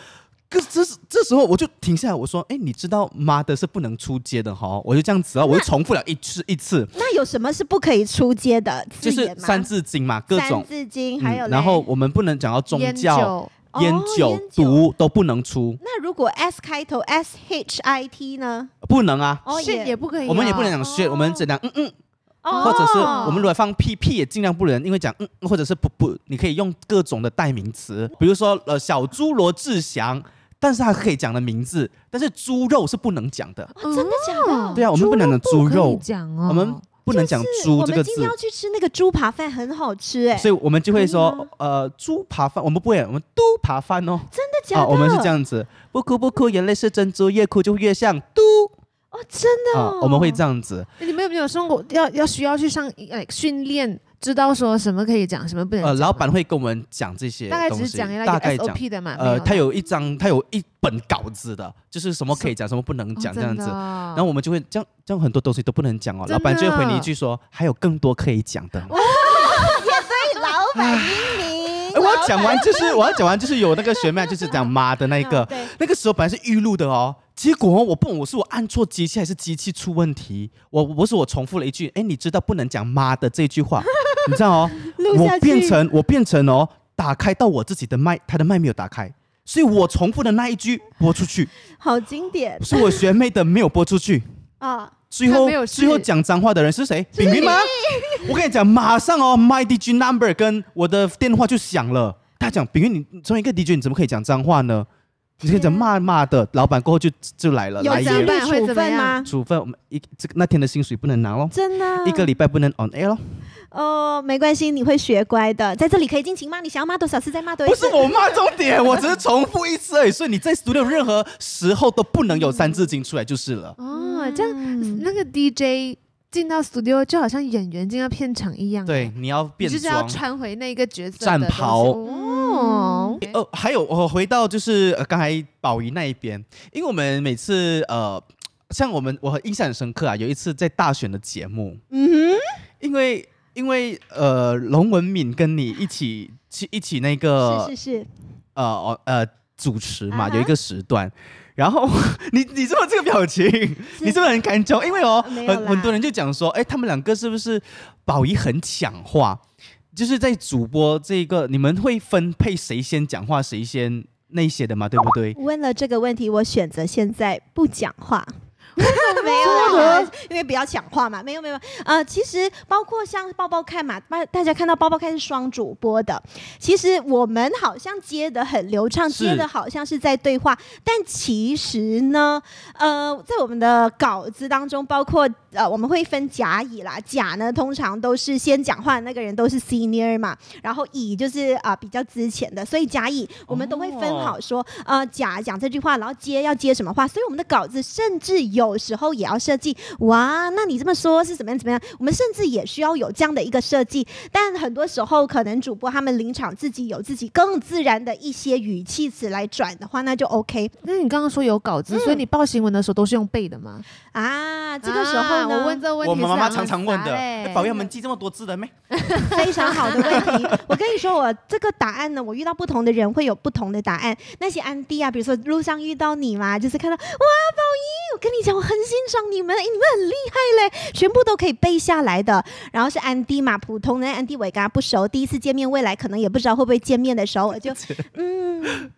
[SPEAKER 2] 可是这时这时候我就停下来，我说：“哎，你知道妈的是不能出街的哈。”我就这样子啊，我就重复了一次一次，
[SPEAKER 4] 那有什么是不可以出街的
[SPEAKER 2] 就
[SPEAKER 4] 字
[SPEAKER 2] 是
[SPEAKER 4] 眼
[SPEAKER 2] 《
[SPEAKER 4] 吗？
[SPEAKER 2] 三字经》嘛，各
[SPEAKER 4] 三
[SPEAKER 2] 种。
[SPEAKER 4] 字经，还有
[SPEAKER 2] 嗯，
[SPEAKER 4] 嘞、
[SPEAKER 2] 然后我们不能讲到宗
[SPEAKER 3] 烟
[SPEAKER 2] 教、
[SPEAKER 3] 酒
[SPEAKER 4] 哦
[SPEAKER 2] 烟酒、毒都不能出，
[SPEAKER 4] 那如果 S 开头 S H I T 呢？
[SPEAKER 2] 不能啊。
[SPEAKER 4] 哦
[SPEAKER 3] shit 也不可以啊，
[SPEAKER 2] 我们也不能讲
[SPEAKER 4] 哦
[SPEAKER 2] shit，我们只能嗯嗯
[SPEAKER 4] 哦，
[SPEAKER 2] 或者是我们如果放屁屁也尽量不能，因为讲嗯，或者是不不，你可以用各种的代名词，比如说呃小猪罗志祥，但是他可以讲的名字，但是猪肉是不能讲的，
[SPEAKER 4] 哦真的假的？
[SPEAKER 2] 对啊，我们不能讲猪
[SPEAKER 3] 可以
[SPEAKER 2] 肉，
[SPEAKER 3] 讲哦，
[SPEAKER 2] 我们不能讲
[SPEAKER 4] 就是
[SPEAKER 2] 猪
[SPEAKER 4] 我
[SPEAKER 2] 这
[SPEAKER 4] 们
[SPEAKER 2] 个
[SPEAKER 4] 今天
[SPEAKER 2] 字
[SPEAKER 4] 要，去吃那个猪扒饭，很好吃哎、
[SPEAKER 2] 所以我们就
[SPEAKER 4] 可
[SPEAKER 2] 会
[SPEAKER 4] 以吗
[SPEAKER 2] 说呃猪扒饭，我们不会，我们嘟扒饭哦，
[SPEAKER 4] 真的假的？
[SPEAKER 2] 啊，我们是这样子，不哭不哭，眼泪是珍珠，越哭就越像嘟
[SPEAKER 4] 哦，真的、
[SPEAKER 2] 啊，
[SPEAKER 4] 哦
[SPEAKER 2] 我们会这样子，
[SPEAKER 3] 你们有没有送过要要需要去上呃训练，知道说什么可以讲，什么不能
[SPEAKER 2] 呃，
[SPEAKER 3] 讲？
[SPEAKER 2] 老板会跟我们讲这些
[SPEAKER 3] 大概
[SPEAKER 2] 东
[SPEAKER 3] 只是
[SPEAKER 2] 西，
[SPEAKER 3] 讲一
[SPEAKER 2] 大
[SPEAKER 3] 个
[SPEAKER 2] 概讲。
[SPEAKER 3] SOP 的嘛，
[SPEAKER 2] 呃，他有一张，他有一本稿子的，就是什么可以讲，什么不
[SPEAKER 3] 哦
[SPEAKER 2] 能讲这样子。
[SPEAKER 3] 然
[SPEAKER 2] 然后我们就会这样，这样很多东西都不能讲哦。
[SPEAKER 3] 真
[SPEAKER 2] 老
[SPEAKER 3] 的
[SPEAKER 2] 板就会回你一句说，还有更多可以讲的。哎
[SPEAKER 4] 所以老板英明
[SPEAKER 2] 哎，我要讲完就是，我要讲完就是有那个学妹就是讲妈的那一
[SPEAKER 4] 嗯
[SPEAKER 2] 个，
[SPEAKER 4] 对
[SPEAKER 2] 那个时候本来是预录的哦，结果哦我不懂我是我按错机器还是机器出问题，我我不是我重复了一句，哎，你知道不能讲妈的这句话，你知道哦，
[SPEAKER 4] 录下
[SPEAKER 2] 我
[SPEAKER 4] 去
[SPEAKER 2] 变成我变成哦，打开到我自己的麦，他的麦没有打开，所以我重复的那一句播出去。
[SPEAKER 4] 好经典
[SPEAKER 2] 是我学妹的没有播出去。
[SPEAKER 4] 啊！
[SPEAKER 2] 最
[SPEAKER 3] 她
[SPEAKER 2] 后
[SPEAKER 3] 没有事
[SPEAKER 2] 最后讲脏话的人是谁？饼饼吗？我跟你讲，马上哦，my DJ number 跟我的电话就响了。他讲，饼饼，你作为一个 DJ，你怎么可以讲脏话呢？你可以讲骂骂的，老板过后就就来了，
[SPEAKER 4] 有
[SPEAKER 2] 来
[SPEAKER 3] 怎
[SPEAKER 4] 纪
[SPEAKER 3] 么
[SPEAKER 2] 也
[SPEAKER 3] 办
[SPEAKER 4] 律
[SPEAKER 3] 会
[SPEAKER 4] 处
[SPEAKER 3] 怎么
[SPEAKER 4] 分
[SPEAKER 3] 样
[SPEAKER 4] 吗？
[SPEAKER 2] 处分我们一这个那天的薪水不能拿哦，
[SPEAKER 4] 真的
[SPEAKER 3] 嗯
[SPEAKER 4] 啊，
[SPEAKER 2] 一个礼拜不能 on air 咯。
[SPEAKER 4] 哦，没关系，你会学乖的。在这里可以尽情骂，你想要骂多少次再骂多一
[SPEAKER 2] 不
[SPEAKER 4] 次。
[SPEAKER 2] 是我骂重点，我只是重复一次而已。所以你在 studio 任何时候都不能有三字经出来就是了。
[SPEAKER 3] 哦，这
[SPEAKER 2] 嗯
[SPEAKER 3] 样那个 DJ 进到 studio 就好像演员进到片场一样，
[SPEAKER 2] 对，，你要
[SPEAKER 3] 嗯你
[SPEAKER 2] 变
[SPEAKER 3] 就是要
[SPEAKER 2] 装。
[SPEAKER 3] 穿回那个角色的
[SPEAKER 2] 战袍
[SPEAKER 3] 东西哦。
[SPEAKER 2] 哦，还有我回到就是呃刚才宝仪那一边，因为我们每次呃，像我们我印象很深刻啊，有一次在大选的节目，
[SPEAKER 4] 嗯
[SPEAKER 2] 因为因为呃，龙文敏跟你一起去一起那个
[SPEAKER 4] 哼，是是是，
[SPEAKER 2] 呃哦呃主持嘛，
[SPEAKER 4] 啊哈
[SPEAKER 2] 有一个时段。然后你你这么这个表情，你是不是很感动？因为哦，
[SPEAKER 4] 没
[SPEAKER 2] 很
[SPEAKER 4] 有啦
[SPEAKER 2] 很多人就讲说，哎，他们两个是不是宝仪很抢话？就是在主播这个，你们会分配谁先讲话，谁先那些的嘛，对不对？
[SPEAKER 4] 问了这个问题，我选择现在不讲话。没 有啦，因为比较抢话嘛。没有没有，呃，其实包括像抱抱看嘛，大大家看到抱抱看是双主播的，其实我们好像接的很流畅，
[SPEAKER 2] 是
[SPEAKER 4] 接的好像是在对话，但其实呢，呃，在我们的稿子当中，包括呃，我们会分甲乙啦，甲呢通常都是先讲话的那个人都是 senior 嘛，然后乙就是啊、呃比较之前的，所以甲乙我们都会分
[SPEAKER 2] 哦
[SPEAKER 4] 好说，呃，甲讲这句话，然后接要接什么话，所以我们的稿子甚至有时候也要设计，哇，那你这么说是怎么样怎么样？我们甚至也需要有这样的一个设计，但很多时候可能主播他们临场自己有自己更自然的一些语气词来转的话，那就 OK
[SPEAKER 3] 那你刚刚说有稿
[SPEAKER 2] 嗯
[SPEAKER 3] 子，所以你报新闻的时候都是用背的吗？
[SPEAKER 4] 啊。这个时候
[SPEAKER 3] 啊
[SPEAKER 4] 呢，
[SPEAKER 3] 我问这个问题，
[SPEAKER 2] 我们妈妈常常问的，哎
[SPEAKER 4] 欸
[SPEAKER 2] 宝仪
[SPEAKER 3] 仪
[SPEAKER 2] 我们记这么多字的没？
[SPEAKER 4] 非常好的问题。我跟你说，我这个答案呢，我遇到不同的人会有不同的答案。那些安迪啊，比如说路上遇到你嘛，就是看到哇，宝仪，我跟你讲，我很欣赏你们，诶你们很厉害嘞，全部都可以背下来的。然后是安迪嘛，普通的安迪我也跟他不熟，第一次见面，未来可能也不知道会不会见面的时候，我就嗯。嗯。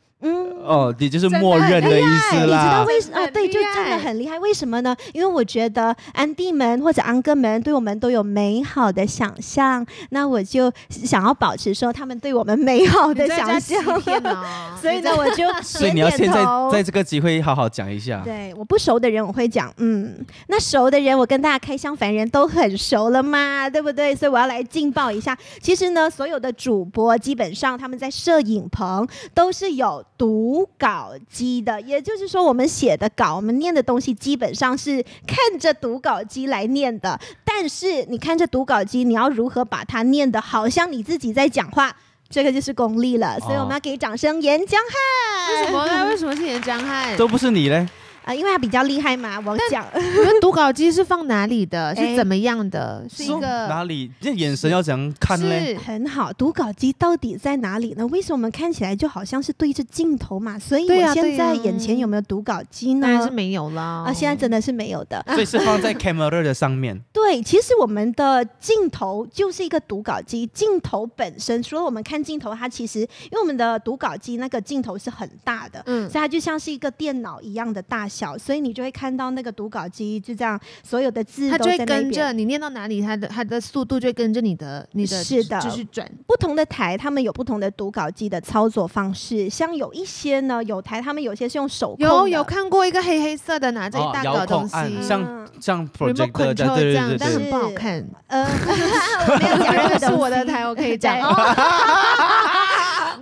[SPEAKER 2] 哦，你就是默认的意思
[SPEAKER 4] 你知道
[SPEAKER 2] 啦。
[SPEAKER 4] 为什啊？
[SPEAKER 3] 很
[SPEAKER 4] 对，
[SPEAKER 3] 厉
[SPEAKER 4] 就真的
[SPEAKER 3] 害
[SPEAKER 4] 很厉害。为什么呢？因为我觉得安弟们或者安哥们对我们都有美好的想象，那我就想要保持说他们对我们美好的
[SPEAKER 3] 你在
[SPEAKER 4] 想
[SPEAKER 3] 家欺
[SPEAKER 4] 象。
[SPEAKER 3] 骗哦
[SPEAKER 4] 所以
[SPEAKER 3] 你
[SPEAKER 4] 呢
[SPEAKER 3] 在，
[SPEAKER 4] 我就
[SPEAKER 2] 所以
[SPEAKER 4] 点
[SPEAKER 2] 你要现
[SPEAKER 4] 点
[SPEAKER 2] 在
[SPEAKER 4] 头。
[SPEAKER 2] 在这个机会好好讲一下。
[SPEAKER 4] 对，我不熟的人我会讲，嗯，那熟的人我跟大家开箱凡人都很熟了嘛，对不对？所以我要来劲爆一下。其实呢，所有的主播基本上他们在摄影棚都是有读稿机的，也就是说我们写的稿，我们念的东西基本上是看着读稿机来念的。但是你看这读稿机，你要如何把它念的好像你自己在讲话？这个就是功力了，所以我们要给掌声演讲哈。
[SPEAKER 3] 为什么呢？为什么是演张翰？
[SPEAKER 2] 都不是你嘞，
[SPEAKER 4] 啊、因为他比较厉害嘛，我讲。
[SPEAKER 3] 你们读稿机是放哪里的？
[SPEAKER 4] 哎
[SPEAKER 3] 是怎么样的？是一
[SPEAKER 2] 说
[SPEAKER 3] 个
[SPEAKER 2] 哪里？这眼神要怎样看嘞？
[SPEAKER 3] 是
[SPEAKER 4] 很好，读稿机到底在哪里呢？为什么我们看起来就好像是对着镜头嘛？所以
[SPEAKER 3] 对
[SPEAKER 4] 我
[SPEAKER 3] 呀对
[SPEAKER 4] 现在
[SPEAKER 3] 呀
[SPEAKER 4] 眼前有没有读稿机呢？
[SPEAKER 3] 当然是没有啦。
[SPEAKER 4] 啊，现在真的是没有的。
[SPEAKER 2] 所以是放在 camera 的上面。
[SPEAKER 4] 对，其实我们的镜头就是一个读稿机，镜头本身，除了我们看镜头，它其实因为我们的读稿机那个镜头是很大的，
[SPEAKER 3] 嗯
[SPEAKER 4] 所以它就像是一个电脑一样的大小，所以你就会看到那个读稿机就这样，所有的字
[SPEAKER 3] 它
[SPEAKER 4] 都
[SPEAKER 3] 就会
[SPEAKER 4] 在那
[SPEAKER 3] 跟
[SPEAKER 4] 边
[SPEAKER 3] 着。你念到哪里，它的它的速度就会跟着你的你的
[SPEAKER 4] 是的
[SPEAKER 3] 就是转。
[SPEAKER 4] 不同的台，他们有不同的读稿机的操作方式。像有一些呢，有台他们有些是用手控的
[SPEAKER 3] 有有看过一个黑黑色的拿着
[SPEAKER 2] 哦
[SPEAKER 3] 一大
[SPEAKER 2] 遥
[SPEAKER 3] 个
[SPEAKER 2] 控
[SPEAKER 3] 东西，
[SPEAKER 2] 按像
[SPEAKER 4] 嗯
[SPEAKER 2] 像
[SPEAKER 3] remote
[SPEAKER 2] projector 这样对
[SPEAKER 3] control 这
[SPEAKER 2] 对
[SPEAKER 3] 样，
[SPEAKER 2] 对
[SPEAKER 3] 但
[SPEAKER 2] 对，
[SPEAKER 3] 很不好看。
[SPEAKER 4] 呃，我 没有讲任何
[SPEAKER 3] 是我的
[SPEAKER 4] 东西
[SPEAKER 3] 台，我可以讲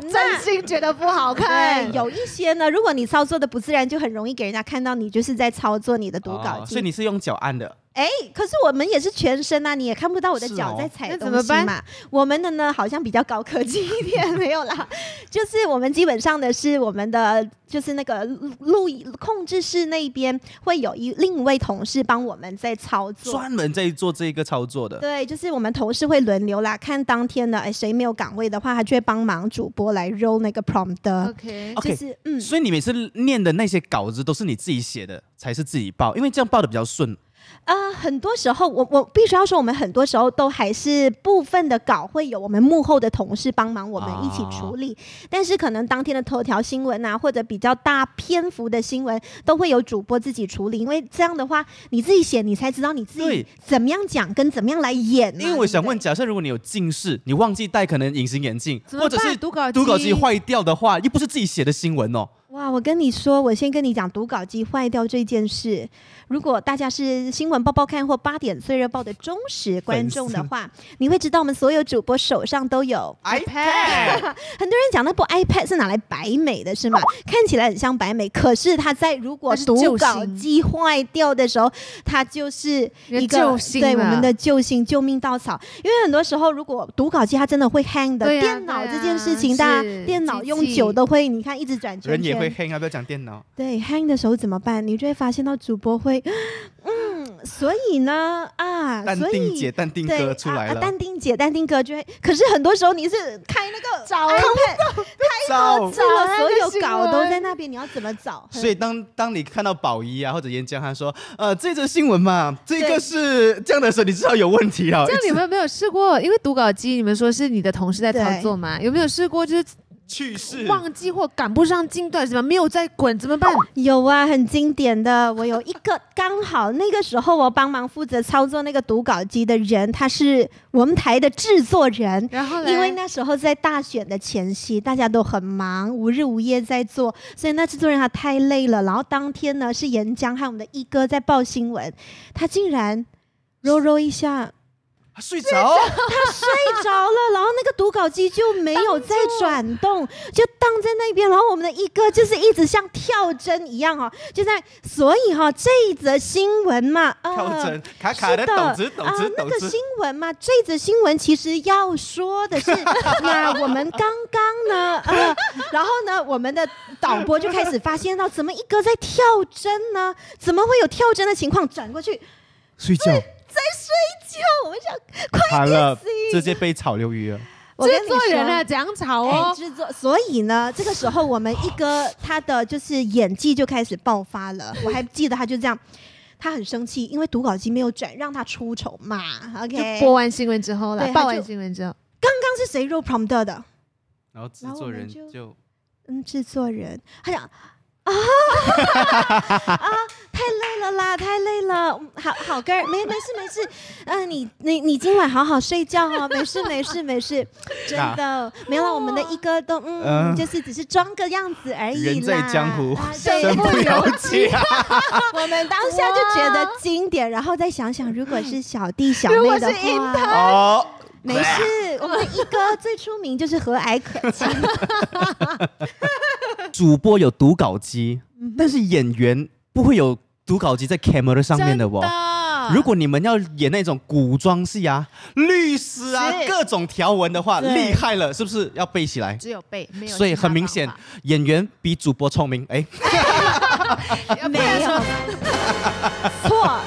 [SPEAKER 4] 对。
[SPEAKER 3] 真心觉得不好
[SPEAKER 4] 对，有一些呢，如果你操作的不自然，就很容易给人家看到你就是在操作你的读稿
[SPEAKER 2] 哦
[SPEAKER 4] 机。
[SPEAKER 2] 所以你是用脚按的，
[SPEAKER 4] 哎，可是我们也是全身啊，你也看不到我的
[SPEAKER 2] 是
[SPEAKER 4] 脚
[SPEAKER 2] 哦
[SPEAKER 4] 在踩
[SPEAKER 3] 那
[SPEAKER 4] 东
[SPEAKER 3] 怎么
[SPEAKER 4] 西
[SPEAKER 3] 办
[SPEAKER 4] 嘛。我们的呢，好像比较高科技一点，没有啦， 就是我们基本上的是我们的就是那个录录控制室那一边会有一另一位同事帮我们在操作。
[SPEAKER 2] 专门在做这个操作的。
[SPEAKER 4] 对，就是我们同事会轮流啦，看当天的，哎，谁没有岗位的话，他就会帮忙主播来 roll 那个 prompt 的，
[SPEAKER 3] OK，
[SPEAKER 2] OK
[SPEAKER 4] 就是嗯，
[SPEAKER 2] 所以你每次念的那些稿子都是你自己写的，才是自己报，因为这样报的比较顺。
[SPEAKER 4] 呃，很多时候，我我必须要说，我们很多时候都还是部分的稿会有我们幕后的同事帮忙我们一起
[SPEAKER 2] 啊
[SPEAKER 4] 处理，但是可能当天的头条新闻啊，或者比较大篇幅的新闻，都会有主播自己处理，因为这样的话，你自己写，你才知道你自己
[SPEAKER 2] 对
[SPEAKER 4] 怎么样讲跟怎么样来演嘛。
[SPEAKER 2] 因为我想
[SPEAKER 4] 对不
[SPEAKER 2] 问，
[SPEAKER 4] 对，
[SPEAKER 2] 假设如果你有近视，你忘记戴可能隐形眼镜，
[SPEAKER 3] 怎 么
[SPEAKER 2] 或者
[SPEAKER 3] 办
[SPEAKER 2] 是
[SPEAKER 3] 读稿
[SPEAKER 2] 读稿
[SPEAKER 3] 机
[SPEAKER 2] 机坏掉的话，又不是自己写的新闻哦。
[SPEAKER 4] 哇，我跟你说，我先跟你讲读稿机坏掉这件事。如果大家是新闻报报看或八点最热报的忠实观众的
[SPEAKER 2] 粉丝
[SPEAKER 4] 话，你会知道我们所有主播手上都有
[SPEAKER 2] iPad
[SPEAKER 4] 很多人讲那部 iPad 是拿来摆美的，是吗？看起来很像摆美，可是它在如果
[SPEAKER 3] 它是救星
[SPEAKER 4] 读稿机坏掉的时候，它就是一
[SPEAKER 3] 你
[SPEAKER 4] 个
[SPEAKER 3] 的救星
[SPEAKER 4] 对我们
[SPEAKER 3] 了
[SPEAKER 4] 的救星、救命稻草。因为很多时候，如果读稿机它真的会 hang 的，
[SPEAKER 3] 对啊
[SPEAKER 4] 电脑
[SPEAKER 3] 对啊
[SPEAKER 4] 这件事情，大家
[SPEAKER 3] 是
[SPEAKER 4] 电脑用
[SPEAKER 3] 机器
[SPEAKER 4] 久都会，你看一直转圈
[SPEAKER 2] 人也会
[SPEAKER 4] 圈，
[SPEAKER 2] 黑，要不要讲电脑？
[SPEAKER 4] 对 hang 的时候怎么办？你就会发现到主播会， 嗯，所以呢啊，
[SPEAKER 2] 淡
[SPEAKER 4] 所
[SPEAKER 2] 定
[SPEAKER 4] 以
[SPEAKER 2] 姐、淡定
[SPEAKER 4] 对
[SPEAKER 2] 哥出来
[SPEAKER 4] 啊啊
[SPEAKER 2] 了，
[SPEAKER 4] 淡定姐、淡定哥就会，可是很多时候你是开那个
[SPEAKER 3] 找
[SPEAKER 4] iPad
[SPEAKER 2] 照
[SPEAKER 4] 找了所有稿都
[SPEAKER 3] 那个新
[SPEAKER 4] 在
[SPEAKER 3] 闻
[SPEAKER 4] 那边，你要怎么找？
[SPEAKER 2] 所以当当你看到宝仪啊或者岩浆，他说呃这则新闻嘛，这
[SPEAKER 4] 对
[SPEAKER 2] 个是这样的时候，你知道有问题啊了。
[SPEAKER 3] 这样你们有没有试过？因为读稿机，你们说是你的同事在操作嘛？有没有试过就是
[SPEAKER 2] 去世
[SPEAKER 3] 忘记或赶不上进度，什么没有在滚怎么办？
[SPEAKER 4] 有啊，很经典的。我有一个刚好那个时候我帮忙负责操作那个读稿机的人，他是我们台的制作人。
[SPEAKER 3] 然后嘞
[SPEAKER 4] 因为那时候在大选的前夕，大家都很忙，无日无夜在做，所以那制作人他太累了。然后当天呢是岩江和我们的一哥在报新闻，他竟然揉揉一下，
[SPEAKER 2] 他睡着，
[SPEAKER 4] 睡着了，然后那个读稿机就没有再转动，就荡在那边。然后我们的一哥就是一直像跳针一样哦，就在所以哈、这一则新闻嘛，呃、
[SPEAKER 2] 跳针，卡卡
[SPEAKER 4] 是
[SPEAKER 2] 的
[SPEAKER 4] 的，
[SPEAKER 2] 抖子抖
[SPEAKER 4] 啊
[SPEAKER 2] 子
[SPEAKER 4] 那
[SPEAKER 2] 抖
[SPEAKER 4] 个
[SPEAKER 2] 子
[SPEAKER 4] 新。闻嘛，这则新闻其实要说的是，那我们刚刚呢，呃，然后呢，我们的导播就开始发现到，怎么一哥在跳针呢？怎么会有跳针的情况？转过去
[SPEAKER 2] 睡觉，
[SPEAKER 4] 在睡觉，我想
[SPEAKER 2] 惨了
[SPEAKER 4] 点醒，
[SPEAKER 2] 直接被炒鱿鱼了。
[SPEAKER 4] 我跟你
[SPEAKER 3] 制
[SPEAKER 4] 说
[SPEAKER 3] 作人啊，讲吵
[SPEAKER 4] 哎，
[SPEAKER 3] 哦，
[SPEAKER 4] 制作，所以呢，这个时候我们一哥他的就是演技就开始爆发 了。我还记得他就这样，他很生气，因为读稿机没有转，让他出丑嘛。OK，
[SPEAKER 3] 播完新闻之后
[SPEAKER 4] 哎对他
[SPEAKER 3] 了，报
[SPEAKER 4] 就
[SPEAKER 3] 完新闻之后，
[SPEAKER 4] 刚刚是谁 roll prompt 的？
[SPEAKER 2] 然后制
[SPEAKER 4] 然后我
[SPEAKER 2] 作
[SPEAKER 4] 们
[SPEAKER 2] 人
[SPEAKER 4] 就
[SPEAKER 2] 就
[SPEAKER 4] 嗯，制作人，他讲啊啊，太累了啦，太累了，嗯好好哥儿，没没事没事，嗯、你你你今晚好好睡觉哦，没事没事没事，真的，没有啦，我们的一哥都嗯，
[SPEAKER 2] 嗯
[SPEAKER 4] 就是只是装个样子而已啦，
[SPEAKER 2] 人在江湖
[SPEAKER 4] 啊 对
[SPEAKER 2] 身不由己啊！
[SPEAKER 4] 我们当下就觉得经典，然后再想想，如果是小弟小
[SPEAKER 3] 如
[SPEAKER 4] 妹
[SPEAKER 3] 果
[SPEAKER 4] 的
[SPEAKER 3] 是硬
[SPEAKER 4] 话，
[SPEAKER 2] 哦，
[SPEAKER 4] 没事，我们的一哥最出名就是和蔼可 亲，
[SPEAKER 2] 主播有读稿机，
[SPEAKER 4] 嗯
[SPEAKER 2] 但是演员不会有读稿机在 camera 上面的哦。
[SPEAKER 3] 啊
[SPEAKER 2] 如果你们要演那种古装戏啊、律师啊
[SPEAKER 3] 是
[SPEAKER 2] 各种条文的话，
[SPEAKER 4] 对
[SPEAKER 2] 厉害了，是不是要背起来？
[SPEAKER 3] 只有背，没有
[SPEAKER 2] 所以
[SPEAKER 3] 其他
[SPEAKER 2] 很明
[SPEAKER 3] 方
[SPEAKER 2] 显
[SPEAKER 3] 法，
[SPEAKER 2] 演员比主播聪明。 哎，
[SPEAKER 3] 要不
[SPEAKER 4] 没
[SPEAKER 3] 能
[SPEAKER 4] 有
[SPEAKER 3] 说
[SPEAKER 4] 错。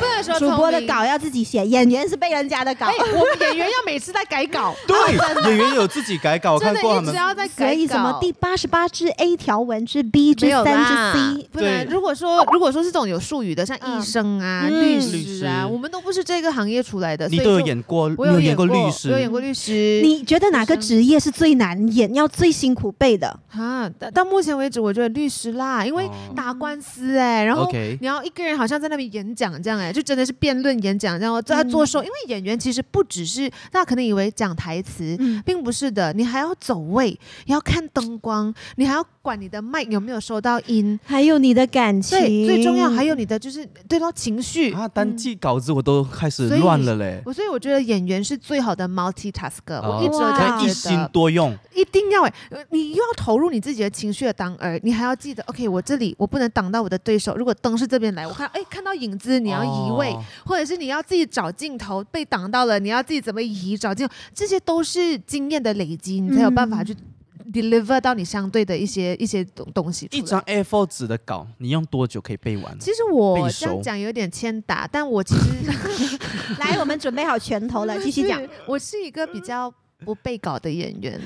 [SPEAKER 3] 不能说
[SPEAKER 4] 主播的
[SPEAKER 3] 聪明
[SPEAKER 4] 稿要自己写，演员是被人家的稿
[SPEAKER 3] 哎，，我们演员要每次在改稿，
[SPEAKER 2] 对，演员有自己改 稿，我
[SPEAKER 3] 真
[SPEAKER 2] 看
[SPEAKER 3] 的
[SPEAKER 2] 过他
[SPEAKER 3] 一
[SPEAKER 2] 们
[SPEAKER 3] 直。要在改稿。
[SPEAKER 4] 所以什么第八十八支 A 条文之 B 之
[SPEAKER 3] 没有啦嗯
[SPEAKER 4] 三之 C，
[SPEAKER 3] 不能。
[SPEAKER 2] 对
[SPEAKER 3] 如果说如果说是这种有术语的，像医
[SPEAKER 4] 嗯
[SPEAKER 3] 生啊、
[SPEAKER 4] 嗯
[SPEAKER 3] 律
[SPEAKER 2] 律
[SPEAKER 3] 师
[SPEAKER 2] 师
[SPEAKER 3] 啊，我们都不是这个行业出来的，
[SPEAKER 2] 你
[SPEAKER 3] 所以
[SPEAKER 2] 都有
[SPEAKER 3] 就。
[SPEAKER 2] 演过，
[SPEAKER 3] 我
[SPEAKER 2] 你
[SPEAKER 3] 有
[SPEAKER 2] 演过
[SPEAKER 3] 过
[SPEAKER 2] 律
[SPEAKER 3] 我有演
[SPEAKER 2] 师，
[SPEAKER 3] 过律师。
[SPEAKER 4] 你觉得哪个
[SPEAKER 3] 医生
[SPEAKER 4] 职业是最难演、要最辛苦背的？
[SPEAKER 3] 啊，到到目前为止，我觉得律师啦，因为
[SPEAKER 2] 哦
[SPEAKER 3] 打官司哎、然后
[SPEAKER 2] OK
[SPEAKER 3] 你要一个人好像在那边演讲这样哎、就真的是辩论演讲这样哦，在做秀。因为演员其实不只是大家可能以为讲台词，
[SPEAKER 4] 嗯，
[SPEAKER 3] 并不是的，你还要走位，也要看灯光，你还要管你的麦有没有收到音，
[SPEAKER 4] 还有你的感情，
[SPEAKER 3] 对，最重要还有你的就是对咯情绪。
[SPEAKER 2] 啊，单记稿子我都开始
[SPEAKER 3] 所以
[SPEAKER 2] 乱了嘞。
[SPEAKER 3] 我所以我觉得演员是最好的 multitasker，、
[SPEAKER 2] 哦
[SPEAKER 3] 我一直有
[SPEAKER 4] 哇
[SPEAKER 3] 这样
[SPEAKER 2] 他
[SPEAKER 3] 觉
[SPEAKER 2] 一
[SPEAKER 3] 得，
[SPEAKER 2] 心多用，
[SPEAKER 3] 一定要哎、呃你又要投入你自己的情绪的当儿，你还要记得，OK，我这里我不能挡到我的对手。如果灯是这边 来，我看哎看到影子，你要移位，
[SPEAKER 2] 哦
[SPEAKER 3] 或者是你要自己找镜头，被挡到了，你要自己怎么移找镜头，这些都是经验的累积，你才有办法去
[SPEAKER 4] 嗯
[SPEAKER 3] deliver 到你相对的一些一些东东西出来。
[SPEAKER 2] 一张 A4 纸的稿，你用多久可以背完？
[SPEAKER 3] 其实我
[SPEAKER 2] 背
[SPEAKER 3] 这样
[SPEAKER 2] 熟
[SPEAKER 3] 讲有点欠打，但我其 实
[SPEAKER 4] 来，我们准备好拳头了，继续讲。
[SPEAKER 3] 是，我是一个比较不被搞的演员。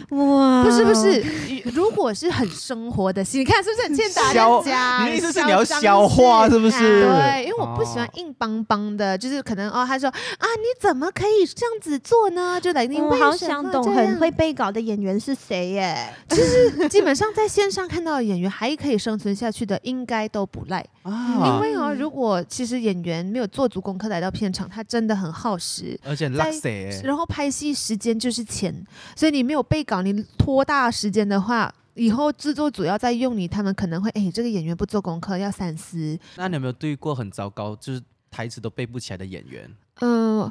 [SPEAKER 2] 嗯
[SPEAKER 4] 哇
[SPEAKER 3] 不是不，是，如果是很生活的戏，你看是不是很欠打
[SPEAKER 2] 消
[SPEAKER 3] 人家？
[SPEAKER 2] 你的意思是你要
[SPEAKER 3] 嚣张
[SPEAKER 2] 消化
[SPEAKER 3] 式
[SPEAKER 2] 是不是？
[SPEAKER 3] 对，因为我不喜欢
[SPEAKER 2] 哦
[SPEAKER 3] 硬邦邦的，就是可能哦，他说啊，你怎么可以这样子做呢？就来，你
[SPEAKER 2] 嗯
[SPEAKER 4] 我
[SPEAKER 3] 为
[SPEAKER 4] 好
[SPEAKER 3] 什
[SPEAKER 4] 想
[SPEAKER 3] 么
[SPEAKER 4] 懂
[SPEAKER 3] 这
[SPEAKER 4] 很
[SPEAKER 3] 样
[SPEAKER 4] 会背稿的演员是谁 耶？
[SPEAKER 3] 基本上在线上看到的演员还可以生存下去的，应该都不赖。因
[SPEAKER 2] 啊，
[SPEAKER 3] 为哦，
[SPEAKER 4] 嗯
[SPEAKER 3] 如果其实演员没有做足功课来到片场，他真的很耗时。
[SPEAKER 2] 而且很欸
[SPEAKER 3] 在
[SPEAKER 2] 垃圾。
[SPEAKER 3] 然后拍戏时间就是钱，所以你没有备稿，你拖大时间的话，以后制作组要再用你，他们可能会哎，这个演员不做功课，要三思。
[SPEAKER 2] 那你有没有对过很糟糕，就是台词都背不起来的演员
[SPEAKER 3] 嗯、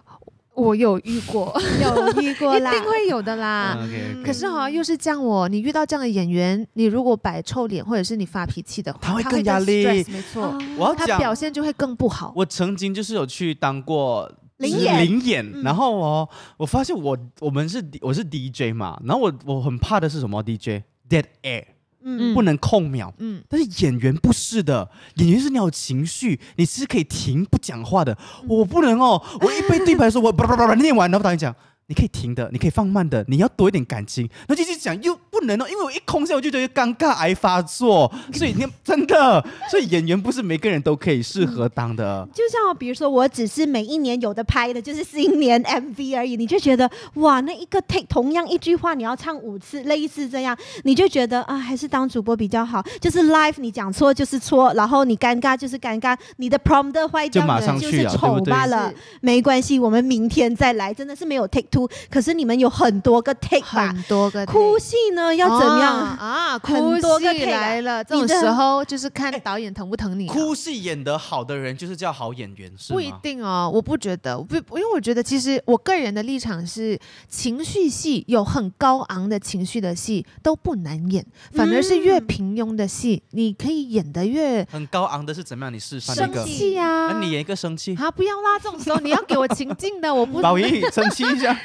[SPEAKER 3] 我有遇 过，哦
[SPEAKER 4] 有遇过
[SPEAKER 3] 一
[SPEAKER 4] 啦，
[SPEAKER 3] 定会有的啦。
[SPEAKER 2] 嗯？OK，OK
[SPEAKER 3] 可是哈、又是这样哦，你遇到这样的演员，你如果摆臭脸或者是你发脾气的话，
[SPEAKER 2] 他会更
[SPEAKER 3] 更
[SPEAKER 2] 压力
[SPEAKER 3] stress，没错，
[SPEAKER 4] 嗯
[SPEAKER 2] 我要
[SPEAKER 3] 他
[SPEAKER 2] 讲
[SPEAKER 3] 表现就会更不好。
[SPEAKER 2] 我曾经就是有去当过
[SPEAKER 4] 零
[SPEAKER 2] 就是
[SPEAKER 4] 演
[SPEAKER 2] 零
[SPEAKER 3] 嗯
[SPEAKER 2] 演，然后哦，我发现我我们是我是 DJ 嘛，然后我我很怕的是什么 DJ dead air，
[SPEAKER 4] 嗯
[SPEAKER 2] 不能空秒。
[SPEAKER 3] 嗯，
[SPEAKER 2] 但是演员不是的，演员是你有情绪，你是可以停不讲话的。我不能哦，我一被对白的时候，我 叭叭叭叭念完，然后导演讲。你可以停的，你可以放慢的，你要多一点感情。然后就一直讲又不能哦，因为我一空下我就觉得尴尬癌发作，所以你真的，所以演员不是每个人都可以适合当的。
[SPEAKER 4] 就像比如说，我只是每一年有的拍的就是新年 MV 而已，你就觉得哇，那一个 take 同样一句话你要唱五次，类似这样，你就觉得啊，还是当主播比较好。就是 live 你讲错就是错，然后你尴尬就是尴尬，你的 prompter 坏掉
[SPEAKER 2] 就马
[SPEAKER 4] 了
[SPEAKER 2] 上
[SPEAKER 4] 就
[SPEAKER 2] 去
[SPEAKER 4] 是
[SPEAKER 2] 啊
[SPEAKER 4] 丑
[SPEAKER 2] 对不对
[SPEAKER 4] 罢了，没关系，我们明天再来。真的是没有 take two，可是你们有很多个 take 吧？
[SPEAKER 3] 很多个
[SPEAKER 4] 哎哭戏呢要怎么样？
[SPEAKER 3] 啊？啊哭
[SPEAKER 4] 很多个
[SPEAKER 3] 戏
[SPEAKER 4] take 啊
[SPEAKER 3] 来了，这
[SPEAKER 4] 你
[SPEAKER 3] 种
[SPEAKER 4] 的
[SPEAKER 3] 时候就是看导演疼不疼你啊。
[SPEAKER 2] 哭戏演得好的人就是叫好演员，是
[SPEAKER 3] 不一
[SPEAKER 2] 吗？
[SPEAKER 3] 定哦，我不觉得，我不，因为我觉得其实我个人的立场是，情绪戏有很高昂的情绪的戏都不难演，反而是越
[SPEAKER 4] 嗯
[SPEAKER 3] 平庸的戏，你可以演得越
[SPEAKER 2] 很高昂的是怎么样？你示范一
[SPEAKER 3] 生
[SPEAKER 2] 个，
[SPEAKER 3] 气呀、
[SPEAKER 2] 那、你演一个生气，
[SPEAKER 3] 啊，不要啦！这种时候你要给我情境的， 我不
[SPEAKER 2] 宝仪生气一 下，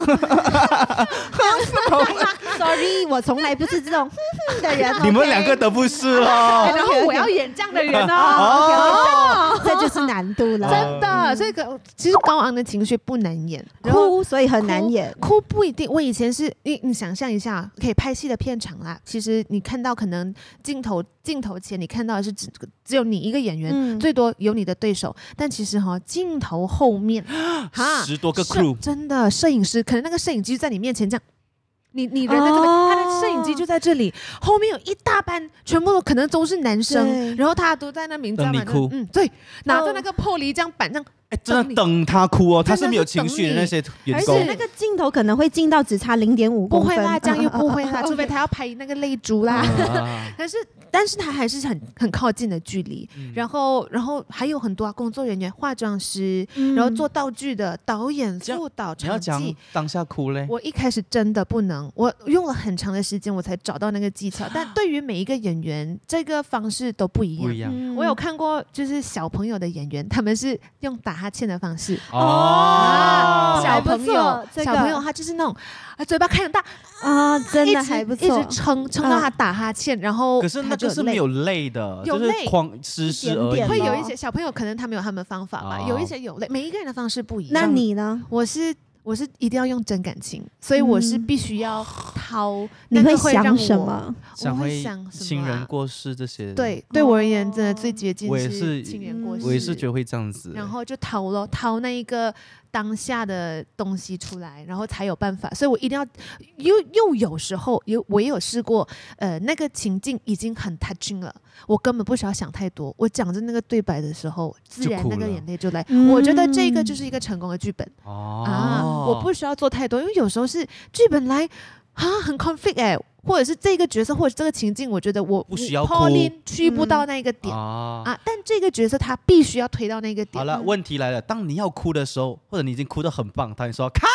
[SPEAKER 4] Sorry，我从来不是这种 的人。哦
[SPEAKER 2] 你们
[SPEAKER 4] OK？
[SPEAKER 2] 两个都不是哦。
[SPEAKER 3] 哎然后我要演这样的人 哦，
[SPEAKER 4] 哦，这就是难度了。
[SPEAKER 3] 真的，所以可其实高昂的情绪不难演，然后
[SPEAKER 4] 哭，所以很难演。
[SPEAKER 3] 哭不一定，我以前是你你想象一下，可以拍戏的片场啦，其实你看到可能镜头镜头前你看到的是只只有你一个演员，
[SPEAKER 4] 嗯
[SPEAKER 3] 最多有你的对手，但其实哈、镜头后 面哈啊
[SPEAKER 2] 十多个
[SPEAKER 3] 摄
[SPEAKER 2] crew，
[SPEAKER 3] 真的摄影师可能那个摄影机在你面前这样，你你人在这边，
[SPEAKER 4] 哦
[SPEAKER 3] 他的摄影机就在这里，后面有一大班，全部都可能都是男
[SPEAKER 4] 对
[SPEAKER 3] 生，然后大家都在那名字
[SPEAKER 2] 等你哭哦
[SPEAKER 3] 嗯，对，拿着那个破璃这样板上，
[SPEAKER 2] 哎，真的等他哭哦，他是没有情绪的那些员
[SPEAKER 4] 而且
[SPEAKER 2] 工
[SPEAKER 4] 那。个镜头可能会近到只差零点五
[SPEAKER 3] 不
[SPEAKER 4] 公
[SPEAKER 3] 会
[SPEAKER 4] 分，
[SPEAKER 3] 啦，这样又不会
[SPEAKER 4] 嗯嗯嗯
[SPEAKER 3] 啦，
[SPEAKER 4] 嗯嗯
[SPEAKER 3] 除非他要拍那个泪珠啦。
[SPEAKER 2] 啊
[SPEAKER 3] 但是，但是他还是很很靠近的距离。
[SPEAKER 2] 嗯
[SPEAKER 3] 然后，然后还有很多、啊、工作人员，化妆师，
[SPEAKER 4] 嗯
[SPEAKER 3] 然后做道具的导演、
[SPEAKER 2] 这样
[SPEAKER 3] 副导、
[SPEAKER 2] 你要
[SPEAKER 3] 场
[SPEAKER 2] 讲哎
[SPEAKER 3] 记。
[SPEAKER 2] 当下哭嘞，
[SPEAKER 3] 我一开始真的不能，我用了很长的时间我才找到那个技巧。但对于每一个演员，这个方式都不一
[SPEAKER 2] 啊不
[SPEAKER 3] 样
[SPEAKER 2] 一。样
[SPEAKER 4] 嗯
[SPEAKER 3] 我有看过，就是小朋友的演员，他们是用打哈欠的方式。啊
[SPEAKER 4] 哦
[SPEAKER 3] 小
[SPEAKER 4] 还不
[SPEAKER 3] 朋友
[SPEAKER 4] 错，这
[SPEAKER 3] 小
[SPEAKER 4] 个
[SPEAKER 3] 朋友他就是那种，啊，嘴巴开很大，
[SPEAKER 4] 啊，真
[SPEAKER 3] 一
[SPEAKER 4] 的
[SPEAKER 3] 直
[SPEAKER 4] 还不
[SPEAKER 3] 一直
[SPEAKER 4] 错。
[SPEAKER 3] 撑撑到他打哈欠，然后
[SPEAKER 2] 啊可是那
[SPEAKER 3] 他就
[SPEAKER 2] 个是
[SPEAKER 3] 累
[SPEAKER 2] 没有泪的，
[SPEAKER 3] 有
[SPEAKER 2] 就是
[SPEAKER 3] 泪
[SPEAKER 2] 光湿湿
[SPEAKER 4] 一点
[SPEAKER 2] 而已。
[SPEAKER 4] 点
[SPEAKER 3] 会
[SPEAKER 4] 咯
[SPEAKER 3] 有一些小朋友可能他们有他们的方法吧，
[SPEAKER 2] 哦
[SPEAKER 3] 有一些有类，每一个人的方式不一样。
[SPEAKER 4] 那你呢？
[SPEAKER 3] 我是我是一定要用真感情，所以我是
[SPEAKER 4] 嗯
[SPEAKER 3] 必须要掏。
[SPEAKER 4] 你
[SPEAKER 3] 那个会
[SPEAKER 4] 想
[SPEAKER 3] 让我
[SPEAKER 4] 什？么？
[SPEAKER 3] 我
[SPEAKER 2] 想
[SPEAKER 3] 会
[SPEAKER 2] 回
[SPEAKER 3] 想什么、啊
[SPEAKER 2] 亲人。过世这些，，
[SPEAKER 3] 对，对我而言，
[SPEAKER 4] 哦嗯
[SPEAKER 3] 真的最接近
[SPEAKER 2] 我也是
[SPEAKER 3] 亲人过世。
[SPEAKER 2] 我也是觉得会这样子。
[SPEAKER 3] 然后就掏咯，掏那一个当下的东西出来，然后才有办法。所以我一定要，又又有时候有我也有试过，呃，那个情境已经很 touching 了，我根本不需要想太多。我讲着那个对白的时候，自
[SPEAKER 2] 就
[SPEAKER 3] 然
[SPEAKER 2] 哭
[SPEAKER 3] 那个
[SPEAKER 2] 了
[SPEAKER 3] 眼泪就来。
[SPEAKER 4] 嗯
[SPEAKER 3] 我觉得这个就是一个成功的剧本、啊，
[SPEAKER 2] 哦，
[SPEAKER 3] 我不需要做太多，因为有时候是剧本来啊很 conflict 哎、或者是这个角色或者这个情境，我觉得我
[SPEAKER 2] 不需要哭
[SPEAKER 3] c a l i n 去不
[SPEAKER 4] 嗯
[SPEAKER 3] 到那个点、
[SPEAKER 2] 啊。
[SPEAKER 3] 啊，但这个角色他必须要推到那个点
[SPEAKER 2] 好。了，问题来了，当你要哭的时候，或者你已经哭得很棒，导演说咔，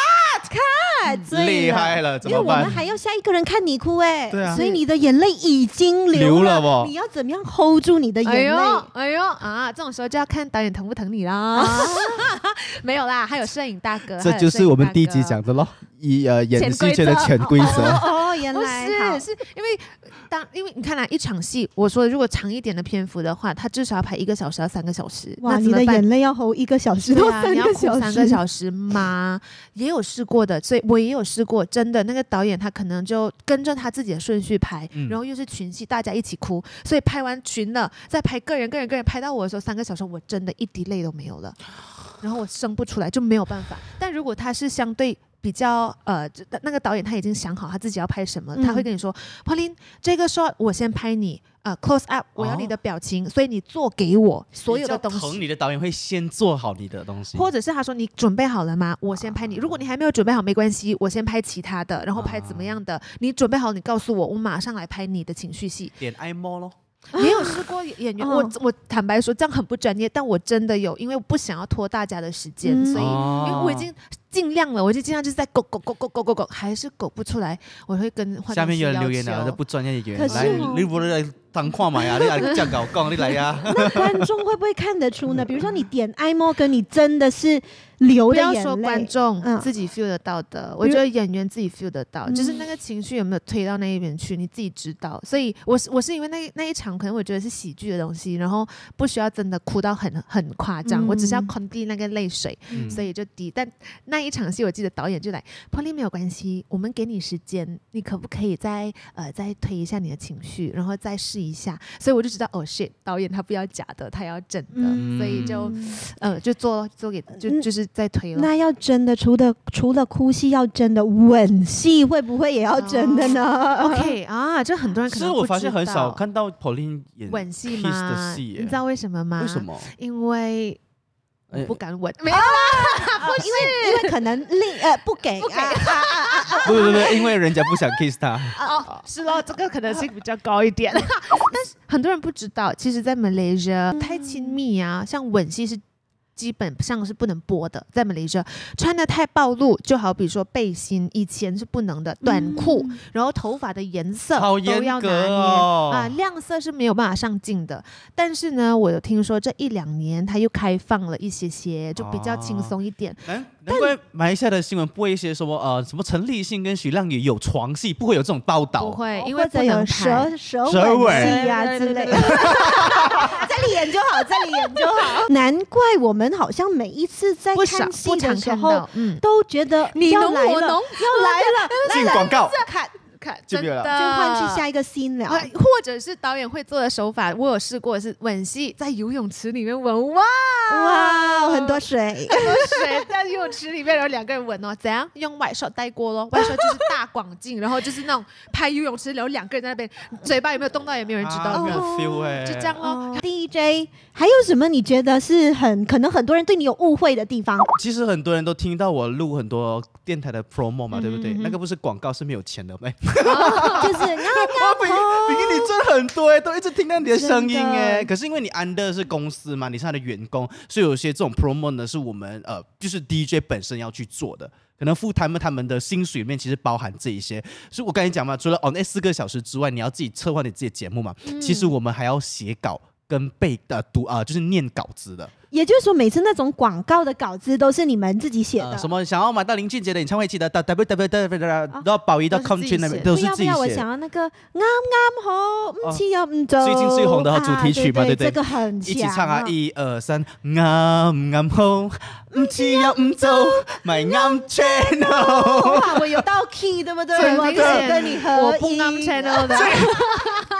[SPEAKER 4] 醉了
[SPEAKER 2] 厉害了怎
[SPEAKER 4] 因为
[SPEAKER 2] 么
[SPEAKER 4] 我
[SPEAKER 2] 办
[SPEAKER 4] 们还要下一个人看你哭哎、
[SPEAKER 2] 对啊
[SPEAKER 4] 所以你的眼泪已经
[SPEAKER 2] 流
[SPEAKER 4] 了，
[SPEAKER 2] 了哦
[SPEAKER 4] 你要怎么样 hold 住你的眼
[SPEAKER 3] 哎
[SPEAKER 4] 泪？
[SPEAKER 3] 呦，哎呦啊！这种时候就要看导演疼不疼你啦。 没有啦，还有摄影大哥。
[SPEAKER 2] 这
[SPEAKER 3] 还有
[SPEAKER 2] 就
[SPEAKER 3] 摄
[SPEAKER 2] 是
[SPEAKER 3] 影
[SPEAKER 2] 我们
[SPEAKER 3] 大
[SPEAKER 2] 第一集
[SPEAKER 3] 哥。
[SPEAKER 2] 讲的咯，以呃演
[SPEAKER 3] 潜
[SPEAKER 2] 戏
[SPEAKER 3] 规
[SPEAKER 2] 圈的
[SPEAKER 3] 则
[SPEAKER 2] 潜规则。
[SPEAKER 4] 哦哦，原
[SPEAKER 3] 不
[SPEAKER 4] 来
[SPEAKER 3] 是，
[SPEAKER 4] 好
[SPEAKER 3] 是因为当因为你看啦，一场戏，我说如果长一点的篇幅的话，他至少要拍一个小时到三个小时，
[SPEAKER 4] 哇，
[SPEAKER 3] 那
[SPEAKER 4] 你
[SPEAKER 3] 怎么
[SPEAKER 4] 的
[SPEAKER 3] 办？
[SPEAKER 4] 眼泪要 hold 一个小时到
[SPEAKER 3] 对啊，
[SPEAKER 4] 三
[SPEAKER 3] 你要
[SPEAKER 4] 个
[SPEAKER 3] 哭
[SPEAKER 4] 小时，
[SPEAKER 3] 三个小时吗？也有试过的，所以我也有试过。真的，那个导演他可能就跟着他自己的顺序拍，
[SPEAKER 2] 嗯
[SPEAKER 3] 然后又是群戏，大家一起哭，所以拍完群了，再拍个人、个人、个人，拍到我的时候，三个小时我真的一滴泪都没 有了，然后我生不出来，就没有办法。但如果他是相对。比较呃，就那个导演他已经想好他自己要拍什么，
[SPEAKER 4] 嗯
[SPEAKER 3] 他会跟你说 p a u l i n 这个 shot 我先拍你啊、呃、，close up，我要
[SPEAKER 2] 哦
[SPEAKER 3] 你的表情，所以你做给我所有的东
[SPEAKER 2] 比较
[SPEAKER 3] 西
[SPEAKER 2] 疼。你的导演会先做好你的东西，
[SPEAKER 3] 或者是他说你准备好了吗？我先拍你。如果你还没有准备好，没关系，我先拍其他的，然后拍怎么样的？你准备好，你告诉我，我马上来拍你的情绪戏。
[SPEAKER 2] 点哀摸咯。
[SPEAKER 3] 也有试过演员，我
[SPEAKER 4] 嗯
[SPEAKER 3] 我坦白说这样很不专业，但我真的有，因为我不想要拖大家的时间，
[SPEAKER 4] 嗯
[SPEAKER 3] 所以
[SPEAKER 2] 哦
[SPEAKER 3] 因为我已经尽量了，我就尽量就是在狗狗狗狗狗狗狗，还是狗不出来，我会跟化妆
[SPEAKER 2] 下面
[SPEAKER 3] 师
[SPEAKER 2] 有人
[SPEAKER 3] 要
[SPEAKER 2] 留言了，
[SPEAKER 3] 求
[SPEAKER 2] 这不专业演
[SPEAKER 4] 可
[SPEAKER 2] 员，
[SPEAKER 4] 是
[SPEAKER 2] 来，
[SPEAKER 4] 哦
[SPEAKER 2] 你不来当看嘛 呀？你来这样搞讲，你来呀。
[SPEAKER 4] 那观众会不会看得出呢？比如说你点哀莫跟你真的是流
[SPEAKER 3] 不
[SPEAKER 4] 的
[SPEAKER 3] 要
[SPEAKER 4] 眼
[SPEAKER 3] 说
[SPEAKER 4] 泪，
[SPEAKER 3] 观众
[SPEAKER 4] 嗯
[SPEAKER 3] 自己 feel 得到的，我
[SPEAKER 4] 比如
[SPEAKER 3] 觉得演员自己 feel 得到，就是
[SPEAKER 4] 嗯
[SPEAKER 3] 那个情绪有没有推到那一边去，你自己知道。所以我是我是因为那那一场可能我觉得是喜剧的东西，然后不需要真的哭到很很夸张，
[SPEAKER 4] 嗯
[SPEAKER 3] 我只是要 contain 那个泪水，
[SPEAKER 2] 嗯
[SPEAKER 3] 所以就低。但那一场戏我记得导演就来 p o l l y 没有关系，我们给你时间，你可不可以再呃再推一下你的情绪，然后再试一下？所以我就知道哦 shit，导演他不要假的，他要真的，
[SPEAKER 4] 嗯
[SPEAKER 3] 所以就呃就做做给就
[SPEAKER 4] 嗯
[SPEAKER 3] 就是再推了。
[SPEAKER 4] 那要真的，除了除了哭戏，要真的吻戏，会不会也要真的呢？
[SPEAKER 3] OK 啊，这很多人可
[SPEAKER 2] 是
[SPEAKER 3] 能
[SPEAKER 2] 我
[SPEAKER 3] 不
[SPEAKER 2] 发现
[SPEAKER 3] 知
[SPEAKER 2] 很少
[SPEAKER 3] 道
[SPEAKER 2] 看到 Pauline 演
[SPEAKER 3] 吻戏
[SPEAKER 2] kiss
[SPEAKER 3] 吗？
[SPEAKER 2] 的戏耶，
[SPEAKER 3] 你知道为什么吗？
[SPEAKER 2] 为什？么？
[SPEAKER 3] 因为我
[SPEAKER 2] 哎
[SPEAKER 3] 不啊敢吻，没有啦，不是
[SPEAKER 4] 因为可能另呃不给
[SPEAKER 3] 不给
[SPEAKER 4] 啊
[SPEAKER 2] 不不不，因为人家不想 kiss 他。
[SPEAKER 3] 哦，是 咯，这个可能性比较高一点，但 是很多人不知道，其实，在
[SPEAKER 4] 嗯
[SPEAKER 3] Malaysia 太亲密啊，像吻戏是。基本上是不能播的，在 Malaysia 穿的太暴露，就好比说背心，以前是不能的，短裤，然后头发的颜色
[SPEAKER 2] 好
[SPEAKER 3] 都
[SPEAKER 2] 严
[SPEAKER 3] 要拿
[SPEAKER 2] 格
[SPEAKER 3] 捏、
[SPEAKER 2] 哦
[SPEAKER 3] 啊，亮色是没有办法上镜的。但是呢，我有听说这一两年他又开放了一些些，就比较轻松一点。
[SPEAKER 2] 难哎难怪马来西亚的新闻不会一些什么呃什么陈立信跟许亮宇有床戏，不会有这种报道。
[SPEAKER 3] 不哦会，因
[SPEAKER 4] 或
[SPEAKER 3] 为
[SPEAKER 4] 者
[SPEAKER 3] 不
[SPEAKER 4] 有
[SPEAKER 3] 能拍。
[SPEAKER 4] 蛇蛇
[SPEAKER 2] 蛇
[SPEAKER 4] 吻
[SPEAKER 2] 吻
[SPEAKER 4] 戏啊
[SPEAKER 3] 对
[SPEAKER 4] 之
[SPEAKER 3] 对
[SPEAKER 4] 类
[SPEAKER 3] 对
[SPEAKER 4] 的，这里演就好，这里演就好。难怪我们好像每一次在
[SPEAKER 3] 不少
[SPEAKER 4] 看戏
[SPEAKER 3] 不
[SPEAKER 4] 的
[SPEAKER 3] 常
[SPEAKER 4] 时
[SPEAKER 3] 看
[SPEAKER 4] 候
[SPEAKER 3] 到，，嗯，
[SPEAKER 4] 都觉得要来了，要
[SPEAKER 3] 侬
[SPEAKER 4] 来了，
[SPEAKER 2] 进广告
[SPEAKER 4] 看
[SPEAKER 3] 看，
[SPEAKER 2] 记
[SPEAKER 3] 真
[SPEAKER 2] 不记得
[SPEAKER 3] 的
[SPEAKER 2] 了
[SPEAKER 4] 就换去下一个 scene 了。
[SPEAKER 3] 哎或者是导演会做的手法，我有试过是吻戏，在游泳池里面吻，哇
[SPEAKER 4] 哇，很多水。
[SPEAKER 3] 很多水在游泳池里面，然后两个人吻哦，怎样用外 shot 带 过咯？外 shot 就是大广镜，然后就是那种拍游泳池，然后两个人在那边，嘴巴有没有动到也没有人知道，
[SPEAKER 2] 啊没有
[SPEAKER 4] 哦
[SPEAKER 2] feel 哎，
[SPEAKER 3] 就这样咯。
[SPEAKER 4] 哦，DJ，还有什么你觉得是很可能很多人对你有误会的地方？
[SPEAKER 2] 其实很多人都听到我录很多电台的 promo 嘛，对不对？
[SPEAKER 3] 嗯嗯嗯
[SPEAKER 2] 那个不是广告，是没有钱的。 哎，
[SPEAKER 4] 就是那 哦
[SPEAKER 2] 哇，比比你赚很多哎，都一直听到你的声音
[SPEAKER 4] 真的
[SPEAKER 2] 哎。可是因为你 under 是公司嘛，你是他的员工，所以有些这种 promo 呢，是我们呃，就是 DJ 本身要去做的。可能付他们他们的薪水里面其实包含这一些，所以我刚才讲嘛，除了 on 那四个小时之外，你要自己策划你自己的节目嘛。
[SPEAKER 3] 嗯
[SPEAKER 2] 其实我们还要写稿跟背呃读啊、就是念稿子的。
[SPEAKER 4] 也就是说，每次那种广告的稿子都是你们自己写的。哦
[SPEAKER 2] 呃、什么想要买到林俊杰的演唱会，记得到 w w w 到宝仪到
[SPEAKER 3] 都是
[SPEAKER 2] com
[SPEAKER 3] 自己
[SPEAKER 2] 去那边
[SPEAKER 3] 写
[SPEAKER 2] 都
[SPEAKER 4] 不
[SPEAKER 2] 是
[SPEAKER 4] 要
[SPEAKER 2] 自
[SPEAKER 4] 不
[SPEAKER 2] 己
[SPEAKER 4] 要，我
[SPEAKER 2] 写。
[SPEAKER 4] 想要啊那个啱啱好，
[SPEAKER 2] 哦
[SPEAKER 4] 嗯，七幺嗯走。
[SPEAKER 2] 最近最红的主题曲嘛
[SPEAKER 4] 啊
[SPEAKER 2] 对
[SPEAKER 4] 对
[SPEAKER 2] 不对
[SPEAKER 4] 这个很
[SPEAKER 2] 一起
[SPEAKER 4] 强
[SPEAKER 2] 唱啊！
[SPEAKER 4] 哦
[SPEAKER 2] 一二三，啱啱好，唔似又唔做，咪啱 channel。
[SPEAKER 4] 哇，我有到 key 对不对？
[SPEAKER 3] 真的
[SPEAKER 4] 我就是跟你合
[SPEAKER 3] 我不哦
[SPEAKER 4] 音。
[SPEAKER 3] 刚 channel 的，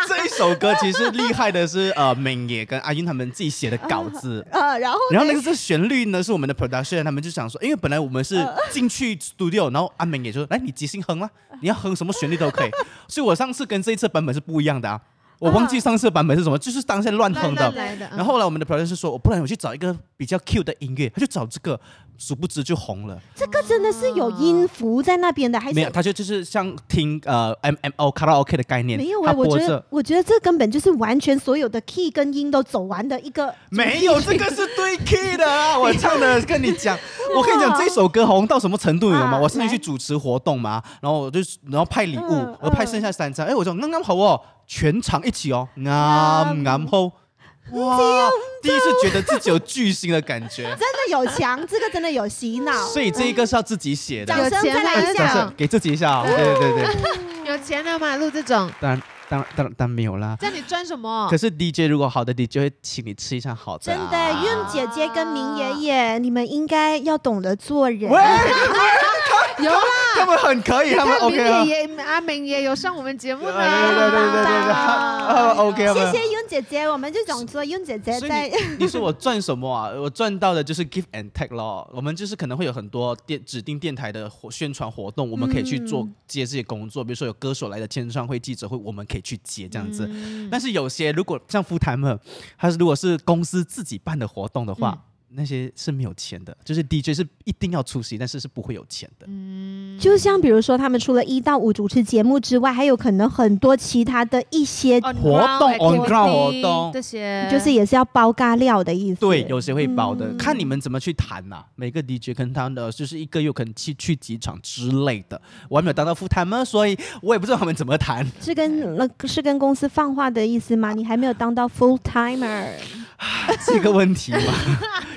[SPEAKER 2] 这一首歌其实厉害的是呃，明野跟阿英他们自己写的稿子。
[SPEAKER 4] 呃，然后
[SPEAKER 2] 然后那
[SPEAKER 4] 呢
[SPEAKER 2] 个这旋律呢，是我们的 production，他们就想说，因为本来我们是
[SPEAKER 4] 呃
[SPEAKER 2] 进去 studio，然后阿明也就说，来你即兴 哼啦，你要哼什么旋律都可以。所以我上次跟这一次版本是不一样的啊，我忘记上次版本是什么，就是当下乱哼的
[SPEAKER 3] 乱。来
[SPEAKER 4] 嗯
[SPEAKER 3] 的。
[SPEAKER 2] 然后后来我们的 production 说，我不然我去找一个比较 cute 的音乐，他就找这个，殊不知就红了。
[SPEAKER 4] 这个真的是有音符在那边的，还是
[SPEAKER 2] 没有，他就就是像听呃 M M O 卡拉 OK 的概念，
[SPEAKER 4] 没有
[SPEAKER 2] 他
[SPEAKER 4] 啊？我
[SPEAKER 2] 播
[SPEAKER 4] 觉
[SPEAKER 2] 着
[SPEAKER 4] 得，我觉得这根本就是完全所有的 key 跟音都走完的一个。
[SPEAKER 2] 没 有这个是对 key 的啊！我唱的跟你讲，我跟你讲这首歌红到什么程度，你知道吗？
[SPEAKER 4] 啊
[SPEAKER 2] 我甚至
[SPEAKER 4] 来
[SPEAKER 2] 去主持活动嘛，然后我就然后派礼物
[SPEAKER 4] 嗯，
[SPEAKER 2] 我派
[SPEAKER 4] 嗯
[SPEAKER 2] 剩下三张，哎，我说刚刚好哦，全场一起哦，啱啱好，
[SPEAKER 4] 啊
[SPEAKER 2] 哇！第一次觉得自己有巨星的感觉，
[SPEAKER 4] 真的有强，这个真的有洗脑。
[SPEAKER 2] 所以这一个 是要自己写的哎
[SPEAKER 4] 掌，声嗯
[SPEAKER 3] 有钱
[SPEAKER 4] 再来
[SPEAKER 3] 了
[SPEAKER 4] 一
[SPEAKER 2] 掌
[SPEAKER 4] 下
[SPEAKER 2] 声，给自己一下哦，对对对对，
[SPEAKER 3] 有钱了嘛，录这种，
[SPEAKER 2] 当然当然当然当然没有啦。
[SPEAKER 3] 这样你赚什么
[SPEAKER 2] 可？是 DJ 如果好的 DJ 会请你吃一下好的、
[SPEAKER 4] 哦真
[SPEAKER 2] 啊，
[SPEAKER 4] 的，韵姐姐跟明爷爷，你们应该要懂得做人。
[SPEAKER 3] 有啦，
[SPEAKER 2] 他们很可以，他们
[SPEAKER 3] 看明
[SPEAKER 2] OK 啊，
[SPEAKER 3] 也也阿明也有上我们节目
[SPEAKER 2] 对
[SPEAKER 3] 呢。
[SPEAKER 2] 对对对对对对，他们 OK 啊。
[SPEAKER 4] 谢谢韵姐姐，我们就想说韵姐姐
[SPEAKER 2] 所以
[SPEAKER 4] 在
[SPEAKER 2] 你你说我赚什么啊？我赚到的就是 give and take 咯。我们就是可能会有很多电指定电台的活宣传活动，我们可以去做
[SPEAKER 4] 嗯
[SPEAKER 2] 接这些工作，比如说有歌手来的签唱会、记者会，我们可以去接这样子。
[SPEAKER 3] 嗯
[SPEAKER 2] 但是有些如果像 full timer，他是如果是公司自己办的活动的话，那些是没有钱的，就是 DJ 是一定要出席，但是是不会有钱的。
[SPEAKER 4] 就像比如说，他们除了一到五主持节目之外，还有可能很多其他的一些，
[SPEAKER 3] On
[SPEAKER 2] 活动
[SPEAKER 3] ground
[SPEAKER 2] on ground 活
[SPEAKER 3] activity，
[SPEAKER 2] 动
[SPEAKER 3] 这些，
[SPEAKER 4] 就是也是要包嘎料的意思。
[SPEAKER 2] 对，有些会包的，
[SPEAKER 4] 嗯
[SPEAKER 2] 看你们怎么去谈呐、每个 DJ 跟他的就是一个月可能去去几场之类的，我还没有当到 full timer，所以我也不知道他们怎么 谈。
[SPEAKER 4] 是跟那是跟公司放话的意思吗？你还没有当到 full timer，
[SPEAKER 2] 这个问题嘛，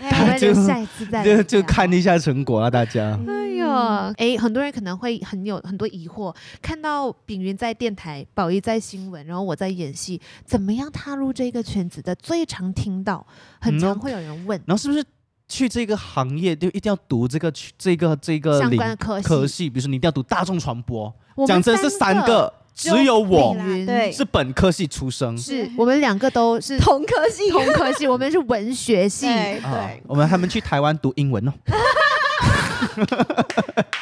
[SPEAKER 3] 哎我们
[SPEAKER 2] 就
[SPEAKER 3] 留下一次 再
[SPEAKER 2] 就
[SPEAKER 3] 聊
[SPEAKER 2] 就看一下成果啊，大家。
[SPEAKER 3] 哎呦，哎，很多人可能会很有很多疑惑，看到炳云在电台，宝仪在新闻，然后我在演戏，怎么样踏入这个圈子的？最常听到，很
[SPEAKER 2] 嗯
[SPEAKER 3] 常
[SPEAKER 2] 哦
[SPEAKER 3] 会有人问、
[SPEAKER 2] 然后是不是去这个行业就一定要读这个去这个这个
[SPEAKER 3] 相
[SPEAKER 2] 领
[SPEAKER 3] 关的科系。
[SPEAKER 2] 科系？比如说你一定要读大众传播，
[SPEAKER 3] 我们
[SPEAKER 2] 讲真是三个，
[SPEAKER 3] 三个
[SPEAKER 2] 只有我
[SPEAKER 3] 就
[SPEAKER 4] 对啦对
[SPEAKER 2] 是本科系出生。
[SPEAKER 3] 是我们两个都是
[SPEAKER 4] 同科系，
[SPEAKER 3] 嗯同科系，我们是文 学系。
[SPEAKER 4] 对
[SPEAKER 2] 啊
[SPEAKER 4] 对，
[SPEAKER 2] 我们他们去台湾读英文哦，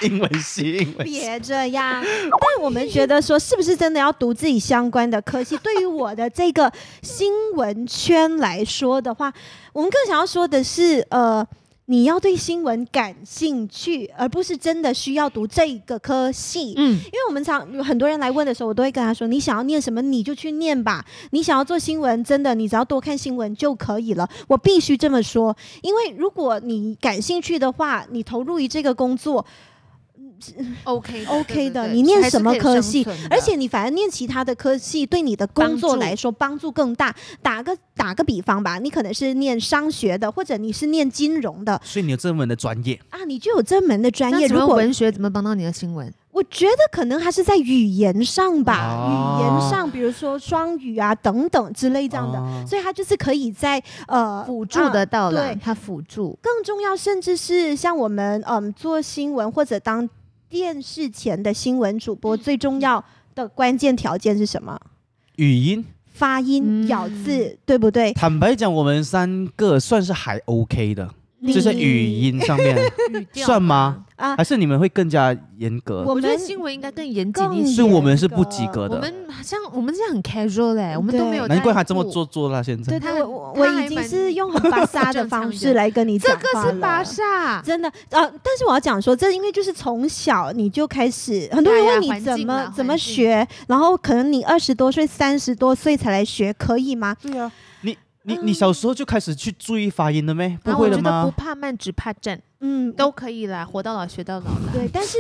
[SPEAKER 2] 英文系，英文系
[SPEAKER 4] 别这样。但我们觉得说，是不是真的要读自己相关的科系？对于我的这个新闻圈来说的话，我们更想要说的是，呃。你要对新闻感兴趣，而不是真的需要读这个科系。
[SPEAKER 3] 嗯，
[SPEAKER 4] 因为我们常有很多人来问的时候，我都会跟他说：“你想要念什么，你就去念吧。你想要做新闻，真的，你只要多看新闻就可以了。”我必须这么说，因为如果你感兴趣的话，你投入于这个工作，
[SPEAKER 3] OK 的
[SPEAKER 4] OK 的
[SPEAKER 3] 对对对
[SPEAKER 4] 你念什么科系
[SPEAKER 3] 还是可以生存的
[SPEAKER 4] 而且你反而念其他的科系，对你的工作来说帮助更大。打个打个比方吧，你可能是念商学的，或者你是念金融的
[SPEAKER 2] 所以你有这门的专业，
[SPEAKER 4] 啊，你就有这门的专
[SPEAKER 3] 那
[SPEAKER 4] 业。
[SPEAKER 3] 请问
[SPEAKER 4] 如果
[SPEAKER 3] 文学怎呃么帮到你的新闻？
[SPEAKER 4] 我觉得可能还是在语言上吧，
[SPEAKER 3] 啊
[SPEAKER 2] 哦
[SPEAKER 4] 语言上，比如说双语啊等等之类这样的，
[SPEAKER 2] 哦
[SPEAKER 4] 所以它就是可以在呃
[SPEAKER 3] 啊辅助的
[SPEAKER 4] 啊
[SPEAKER 3] 到了，
[SPEAKER 4] 对
[SPEAKER 3] 他辅助。
[SPEAKER 4] 更重要，甚至是像我们嗯做新闻或者当电视前的新闻主播，最重要的关键条件是什么？
[SPEAKER 2] 语音，
[SPEAKER 4] 发音、
[SPEAKER 3] 嗯
[SPEAKER 4] 咬字，对不对？
[SPEAKER 2] 坦白讲，我们三个算是还 OK 的，
[SPEAKER 4] 你
[SPEAKER 2] 就是语音上 面，
[SPEAKER 3] 语调
[SPEAKER 2] 算吗
[SPEAKER 3] 吧？
[SPEAKER 4] 啊，
[SPEAKER 2] 还是你们会更加严格？
[SPEAKER 4] 我
[SPEAKER 3] 我觉得
[SPEAKER 4] 们
[SPEAKER 3] 新闻应该更严谨
[SPEAKER 4] 更
[SPEAKER 3] 一些。
[SPEAKER 2] 是我们是不及格
[SPEAKER 3] 我
[SPEAKER 2] 的，
[SPEAKER 3] 们好像我们这样很 casual 嘞、我们都没有。
[SPEAKER 2] 难怪他这么，做作啦。现在
[SPEAKER 4] 对他，
[SPEAKER 3] 他
[SPEAKER 4] 我我
[SPEAKER 3] 他
[SPEAKER 4] 我
[SPEAKER 3] 还
[SPEAKER 4] 已经
[SPEAKER 3] 蛮
[SPEAKER 4] 是用 很巴萨的
[SPEAKER 3] 正常
[SPEAKER 4] 方
[SPEAKER 3] 一
[SPEAKER 4] 式
[SPEAKER 3] 点
[SPEAKER 4] 来跟你
[SPEAKER 3] 这
[SPEAKER 4] 讲话
[SPEAKER 3] 个是巴
[SPEAKER 4] 了
[SPEAKER 3] 萨。
[SPEAKER 4] 真的啊，但是我要讲说，这因为就是从小你就开始，很多人
[SPEAKER 3] 对呀啊
[SPEAKER 4] 问你
[SPEAKER 3] 环
[SPEAKER 4] 怎
[SPEAKER 3] 境
[SPEAKER 4] 么
[SPEAKER 3] 啦
[SPEAKER 4] 怎么
[SPEAKER 3] 环境
[SPEAKER 4] 学，然后可能你二十多岁、三十多岁才来学，可以吗？
[SPEAKER 2] 对啊，你你你小时候就开始去注意发音了没？不
[SPEAKER 3] 然后
[SPEAKER 2] 会
[SPEAKER 3] 我
[SPEAKER 2] 了
[SPEAKER 3] 觉得不
[SPEAKER 2] 吗？
[SPEAKER 3] 怕慢，只怕站，
[SPEAKER 4] 嗯，
[SPEAKER 3] 都可以啦，活到老学 到老啦。
[SPEAKER 4] 对，但是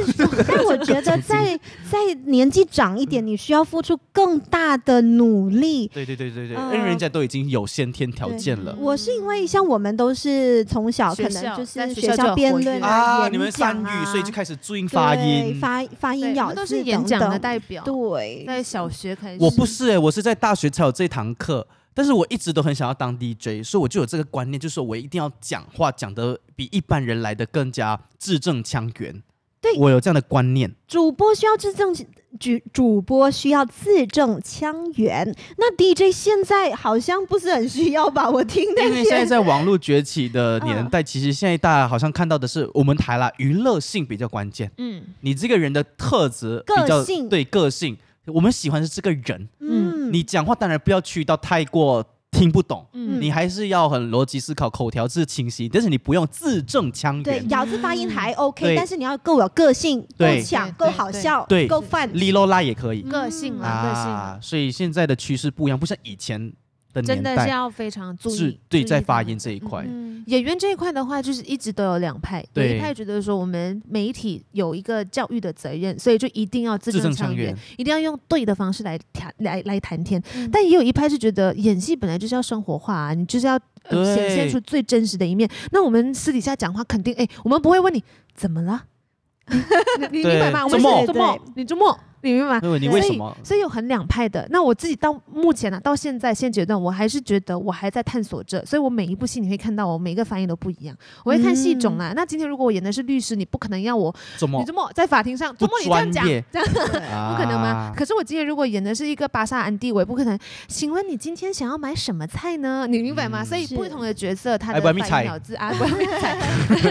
[SPEAKER 4] 但我觉得在 在年纪长一点，你需要付出更大的努力。
[SPEAKER 2] 对对对对对，因
[SPEAKER 4] 呃
[SPEAKER 2] 为人家都已经有先天条件了
[SPEAKER 3] 对
[SPEAKER 4] 我是因为像我们都是从小可
[SPEAKER 3] 学
[SPEAKER 4] 能
[SPEAKER 3] 校
[SPEAKER 4] 就
[SPEAKER 3] 在
[SPEAKER 4] 是
[SPEAKER 3] 学
[SPEAKER 4] 学
[SPEAKER 3] 校就
[SPEAKER 4] 校
[SPEAKER 3] 很
[SPEAKER 4] 辩
[SPEAKER 3] 活跃
[SPEAKER 4] 论啊，
[SPEAKER 2] 啊！
[SPEAKER 4] 演
[SPEAKER 2] 你们
[SPEAKER 4] 讲
[SPEAKER 2] 三语，
[SPEAKER 4] 啊
[SPEAKER 2] 所以就开始注音发
[SPEAKER 4] 对
[SPEAKER 2] 音。
[SPEAKER 4] 发发
[SPEAKER 3] 对
[SPEAKER 4] 音
[SPEAKER 3] 我
[SPEAKER 4] 咬
[SPEAKER 3] 们
[SPEAKER 4] 字
[SPEAKER 3] 都是演
[SPEAKER 4] 等
[SPEAKER 3] 讲的
[SPEAKER 4] 等
[SPEAKER 3] 代表，
[SPEAKER 4] 对，
[SPEAKER 3] 在小学开始。
[SPEAKER 2] 我不是哎、我是在大学才有这堂课，但是我一直都很想要当 DJ，所以我就有这个观念，就是说我一定要讲话讲得比一般人来的更加字正腔圆。
[SPEAKER 4] 对
[SPEAKER 2] 我有这样的观念。
[SPEAKER 4] 主播需要字正主主播需要字正腔圆，那 DJ 现在好像不是很需要吧？我听
[SPEAKER 2] 因
[SPEAKER 4] 那
[SPEAKER 2] 为现在
[SPEAKER 4] 些
[SPEAKER 2] 在网络崛起 的年代，其实现在大家好像看到的是我们台啦，娱乐性比较关键，
[SPEAKER 3] 嗯，
[SPEAKER 2] 你这个人的特质比较
[SPEAKER 4] 个性
[SPEAKER 2] 对个性，我们喜欢是这个人。
[SPEAKER 4] 嗯，
[SPEAKER 2] 你讲话当然不要去到太过听不懂，
[SPEAKER 3] 嗯
[SPEAKER 2] 你还是要很逻辑思考，口条是清晰，但是你不用字正腔
[SPEAKER 4] 对
[SPEAKER 2] 圆。
[SPEAKER 4] 咬字发音还
[SPEAKER 2] 对
[SPEAKER 4] OK，但是你要够有个性、够
[SPEAKER 2] 对
[SPEAKER 4] 抢、
[SPEAKER 3] 嗯对
[SPEAKER 4] 够
[SPEAKER 3] 对
[SPEAKER 4] 好笑
[SPEAKER 2] 对、
[SPEAKER 4] 够范。
[SPEAKER 2] 利落拉也可以
[SPEAKER 4] 嗯
[SPEAKER 3] 个性啦，个性
[SPEAKER 2] 啊
[SPEAKER 3] 啦，，
[SPEAKER 2] 所以现在的趋势不一样，不像以前的年
[SPEAKER 3] 真的是
[SPEAKER 2] 代，
[SPEAKER 3] 要非常注
[SPEAKER 2] 是
[SPEAKER 3] 意。
[SPEAKER 2] 对
[SPEAKER 3] 注意
[SPEAKER 2] 在
[SPEAKER 3] 他
[SPEAKER 2] 发
[SPEAKER 3] 们
[SPEAKER 2] 音这一块。
[SPEAKER 4] 嗯，
[SPEAKER 3] 演员这一块的话，就是一直都有两派，有
[SPEAKER 2] 对
[SPEAKER 3] 一派觉得说我们媒体有一个教育的责任，所以就一定要字
[SPEAKER 2] 字正
[SPEAKER 3] 正
[SPEAKER 2] 腔
[SPEAKER 3] 腔圆
[SPEAKER 2] 圆，
[SPEAKER 3] 一定要用对的方式来谈来来谈天。
[SPEAKER 4] 嗯
[SPEAKER 3] 但也有一派是觉得演戏本来就是要生活化、啊，你就是要、呃、显现
[SPEAKER 2] 对
[SPEAKER 3] 出最真实的一面。那我们私底下讲话肯定，哎，我们不会问你怎么了， 你你
[SPEAKER 2] 对
[SPEAKER 3] 明白吗？我们
[SPEAKER 2] 周末
[SPEAKER 3] 是周末，你周末，你明白吗？
[SPEAKER 2] 因为你
[SPEAKER 4] 对
[SPEAKER 2] 为什么？
[SPEAKER 3] 所以有很两派的。那我自己到目前呢、啊到现在现阶段，我还是觉得我还在探索着。所以我每一部戏你会看到我每一个发音都不一样，我会看戏种
[SPEAKER 2] 嗯
[SPEAKER 3] 啦。那今天如果我演的是律师，你不可能要我
[SPEAKER 2] 怎么
[SPEAKER 3] 你？这么在法庭上，
[SPEAKER 2] 不
[SPEAKER 3] 怎么你这样讲
[SPEAKER 2] 专业啊
[SPEAKER 3] 这样。
[SPEAKER 2] 不
[SPEAKER 3] 不可能吗？可是我今天如果演的是一个巴萨安迪，我也不可能。请问你今天想要买什么菜呢？你明白吗？
[SPEAKER 2] 嗯
[SPEAKER 3] 所以
[SPEAKER 4] 是
[SPEAKER 3] 不同的角色，他
[SPEAKER 2] 哎
[SPEAKER 3] 的
[SPEAKER 2] 不要
[SPEAKER 3] 反
[SPEAKER 2] 米
[SPEAKER 3] 应
[SPEAKER 2] 菜
[SPEAKER 3] 咬字啊，不要米 菜，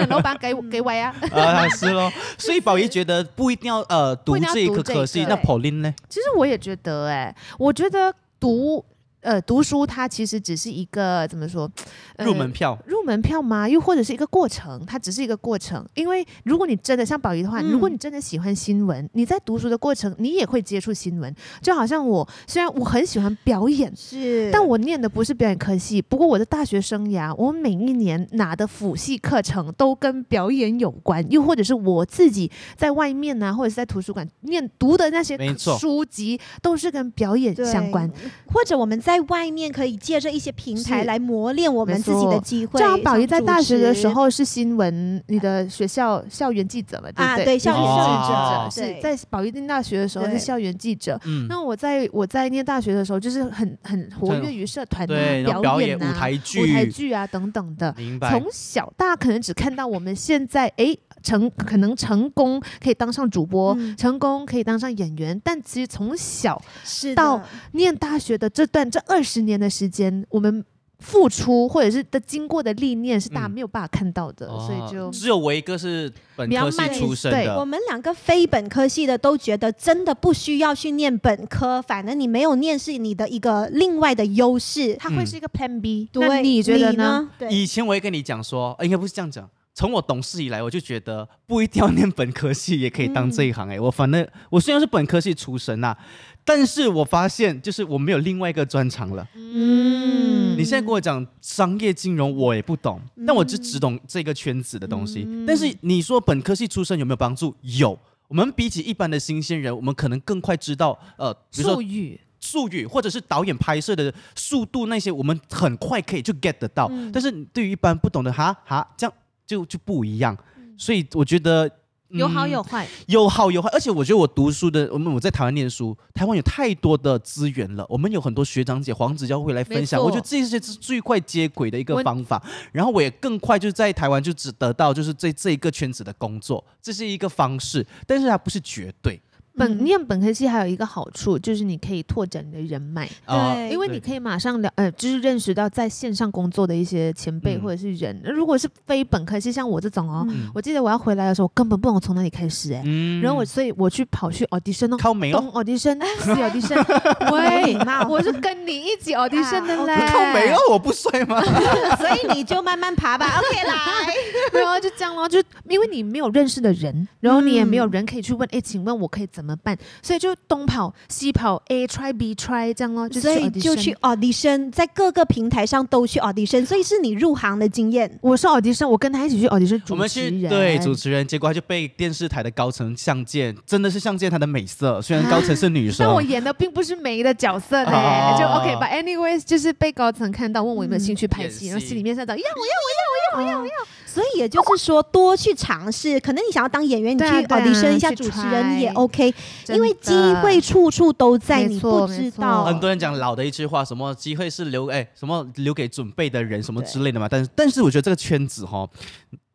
[SPEAKER 3] 老板给我给我呀。
[SPEAKER 2] 啊，是咯。所以宝仪觉得不一定要呃读
[SPEAKER 3] 不一定要欸
[SPEAKER 2] 这一
[SPEAKER 3] 读
[SPEAKER 2] 科
[SPEAKER 3] 这
[SPEAKER 2] 科
[SPEAKER 3] 个
[SPEAKER 2] 系，
[SPEAKER 3] 对
[SPEAKER 2] 那 Pauline 呢？
[SPEAKER 3] 其实我也觉得、哎，我觉得读呃读书，它其实只是一个怎么说、呃
[SPEAKER 2] 入门票
[SPEAKER 3] 入门票吗？又或者是一个过程？它只是一个过程。因为如果你真的像宝仪的话，
[SPEAKER 4] 嗯
[SPEAKER 3] 如果你真的喜欢新闻，你在读书的过程，你也会接触新闻。就好像我，虽然我很喜欢表演。
[SPEAKER 4] 是，
[SPEAKER 3] 但我念的不是表演科系，不过我的大学生涯，我每一年拿的辅系课程都跟表演有关，又或者是我自己在外面呢、或者是在图书馆念读的那些
[SPEAKER 2] 没错
[SPEAKER 3] 书籍，都是跟表演
[SPEAKER 4] 对
[SPEAKER 3] 相关。
[SPEAKER 4] 或者我们在外面可以借着一些平台
[SPEAKER 3] 是
[SPEAKER 4] 来磨练我们自己
[SPEAKER 3] 没
[SPEAKER 4] 的
[SPEAKER 3] 错
[SPEAKER 4] 机会。
[SPEAKER 3] 正好宝仪
[SPEAKER 4] 像
[SPEAKER 3] 在
[SPEAKER 4] 主
[SPEAKER 3] 大学的
[SPEAKER 4] 持
[SPEAKER 3] 时候是新闻，你的学校校园记者嘛，对
[SPEAKER 4] 啊，
[SPEAKER 3] 不对？
[SPEAKER 4] 对，校
[SPEAKER 2] 园
[SPEAKER 4] 园
[SPEAKER 2] 哦
[SPEAKER 4] 记者
[SPEAKER 3] 是在宝仪念大学的时候
[SPEAKER 4] 对
[SPEAKER 3] 是校园记者。
[SPEAKER 2] 嗯，
[SPEAKER 3] 那我在我在念大学的时候，就是很很活跃于社团啊、
[SPEAKER 2] 对，然后表演
[SPEAKER 3] 演啊、
[SPEAKER 2] 舞台
[SPEAKER 3] 舞台
[SPEAKER 2] 剧，
[SPEAKER 3] 剧啊等等的。
[SPEAKER 2] 明白
[SPEAKER 3] 从？小大家可能只看到我们现在诶成可能成功可以当上主播，
[SPEAKER 4] 嗯
[SPEAKER 3] 成功可以当上演员，但其实从小
[SPEAKER 4] 是
[SPEAKER 3] 到
[SPEAKER 4] 的
[SPEAKER 3] 念大学的这段这二十年的时间，我们付出或者是的经过的历练是大家
[SPEAKER 2] 嗯
[SPEAKER 3] 没有办法看到的，所以
[SPEAKER 2] 哦
[SPEAKER 3] 就
[SPEAKER 2] 只有我一个是本
[SPEAKER 3] 比较
[SPEAKER 2] 科系
[SPEAKER 3] 慢
[SPEAKER 2] 出身
[SPEAKER 3] 对
[SPEAKER 4] 我
[SPEAKER 2] 的，
[SPEAKER 4] 们两个非本科系的都觉得真的不需要去念本科，反正你没有念是你的一个另外的优势。
[SPEAKER 3] 它会是一个 Plan B、
[SPEAKER 4] 对，
[SPEAKER 3] 那你觉得呢？？
[SPEAKER 4] 对，
[SPEAKER 2] 以前我也跟你讲说，呃应该不是这样讲。从我懂事以来，我就觉得不一定要念本科系也可以当这一
[SPEAKER 4] 嗯
[SPEAKER 2] 行哎、我反正我虽然是本科系出身呐、但是我发现就是我没有另外一个专长了。
[SPEAKER 4] 嗯
[SPEAKER 2] 你现在跟我讲商业金融，我也不懂，
[SPEAKER 4] 嗯
[SPEAKER 2] 但我就只懂这个圈子的东西。但是你说本科系出身有没有帮助？有。我们比起一般的新鲜人，我们可能更快知道，呃，比如
[SPEAKER 3] 术
[SPEAKER 2] 说
[SPEAKER 3] 语
[SPEAKER 2] 术语或者是导演拍摄的速度那些，我们很快可以就 get 得到。
[SPEAKER 3] 嗯
[SPEAKER 2] 但是对于一般不懂的，哈哈，这样就就不一样。所以我觉得、嗯
[SPEAKER 3] 嗯有好有坏，
[SPEAKER 2] 有好有坏，而且我觉得我读书的，我们我在台湾念书，台湾有太多的资源了，我们有很多学长姐、黄子佼会来分享，
[SPEAKER 3] 没错
[SPEAKER 2] 我觉得这些是最快接轨的一个方法。然后我也更快就在台湾就只得到就是这这一个圈子的工作，这是一个方式，但是它不是绝对。
[SPEAKER 3] 本
[SPEAKER 4] 嗯
[SPEAKER 3] 念本科系还有一个好处就是你可以拓展你的人脉，
[SPEAKER 2] 哦
[SPEAKER 4] 对
[SPEAKER 3] 因为你可以马上了呃，就是认识到在线上工作的一些前辈
[SPEAKER 2] 嗯
[SPEAKER 3] 或者是人。那如果是非本科系，像我这种哦，
[SPEAKER 4] 嗯
[SPEAKER 3] 我记得我要回来的时候，我根本不懂我从哪里开始哎、
[SPEAKER 2] 嗯
[SPEAKER 3] 然后我，所以我去跑去 audition 哦。
[SPEAKER 2] 靠没
[SPEAKER 3] 东
[SPEAKER 2] 哦，
[SPEAKER 3] audition，西 audition，喂
[SPEAKER 4] 貌，
[SPEAKER 3] 我是跟你一起 audition 的嘞，
[SPEAKER 4] 啊
[SPEAKER 2] 靠没哦，我不帅吗？
[SPEAKER 4] 哎所以你就慢慢爬 吧。OK，来，
[SPEAKER 3] 然后就这样咯，就因为你没有认识的人，然后你也没有
[SPEAKER 4] 嗯
[SPEAKER 3] 人可以去问，哎，请问我可以怎么办？所以就东跑西跑，A try B try 这样咯，就
[SPEAKER 4] 所以就
[SPEAKER 3] audition
[SPEAKER 4] 去 audition，在各个平台上都去 audition，所以是你入行的经验。
[SPEAKER 3] 我是 audition，我跟他一起去 audition
[SPEAKER 2] 我
[SPEAKER 3] 主
[SPEAKER 2] 们
[SPEAKER 3] 持
[SPEAKER 2] 去
[SPEAKER 3] 人，
[SPEAKER 2] 对 主持人，结果他就被电视台的高层相见，真的是相见他的美色。虽然高层是女
[SPEAKER 3] 但
[SPEAKER 2] 生
[SPEAKER 3] 我，演的并不是梅的角色呢，
[SPEAKER 2] 哦
[SPEAKER 3] 就 OK。But anyways，就是被高层看到，问我有没有兴趣拍
[SPEAKER 2] 演戏
[SPEAKER 3] 戏，然后心里面在找，呀，我
[SPEAKER 4] 哦所以也就是说，多去尝试。可能你想要当演员，你去
[SPEAKER 3] 对啊对啊
[SPEAKER 4] audition 一下
[SPEAKER 3] 去
[SPEAKER 4] 主持
[SPEAKER 3] try
[SPEAKER 4] 人也 OK，
[SPEAKER 3] 要，
[SPEAKER 4] 因为机
[SPEAKER 3] 真的
[SPEAKER 4] 会处处都在，
[SPEAKER 3] 没
[SPEAKER 4] 你不
[SPEAKER 3] 错没
[SPEAKER 4] 知
[SPEAKER 3] 错
[SPEAKER 4] 道。
[SPEAKER 2] 很多人讲老的一句话，什么机会是留哎什么留给准备的人什么
[SPEAKER 4] 对
[SPEAKER 2] 之类的嘛。但是但是我觉得这个圈子哈、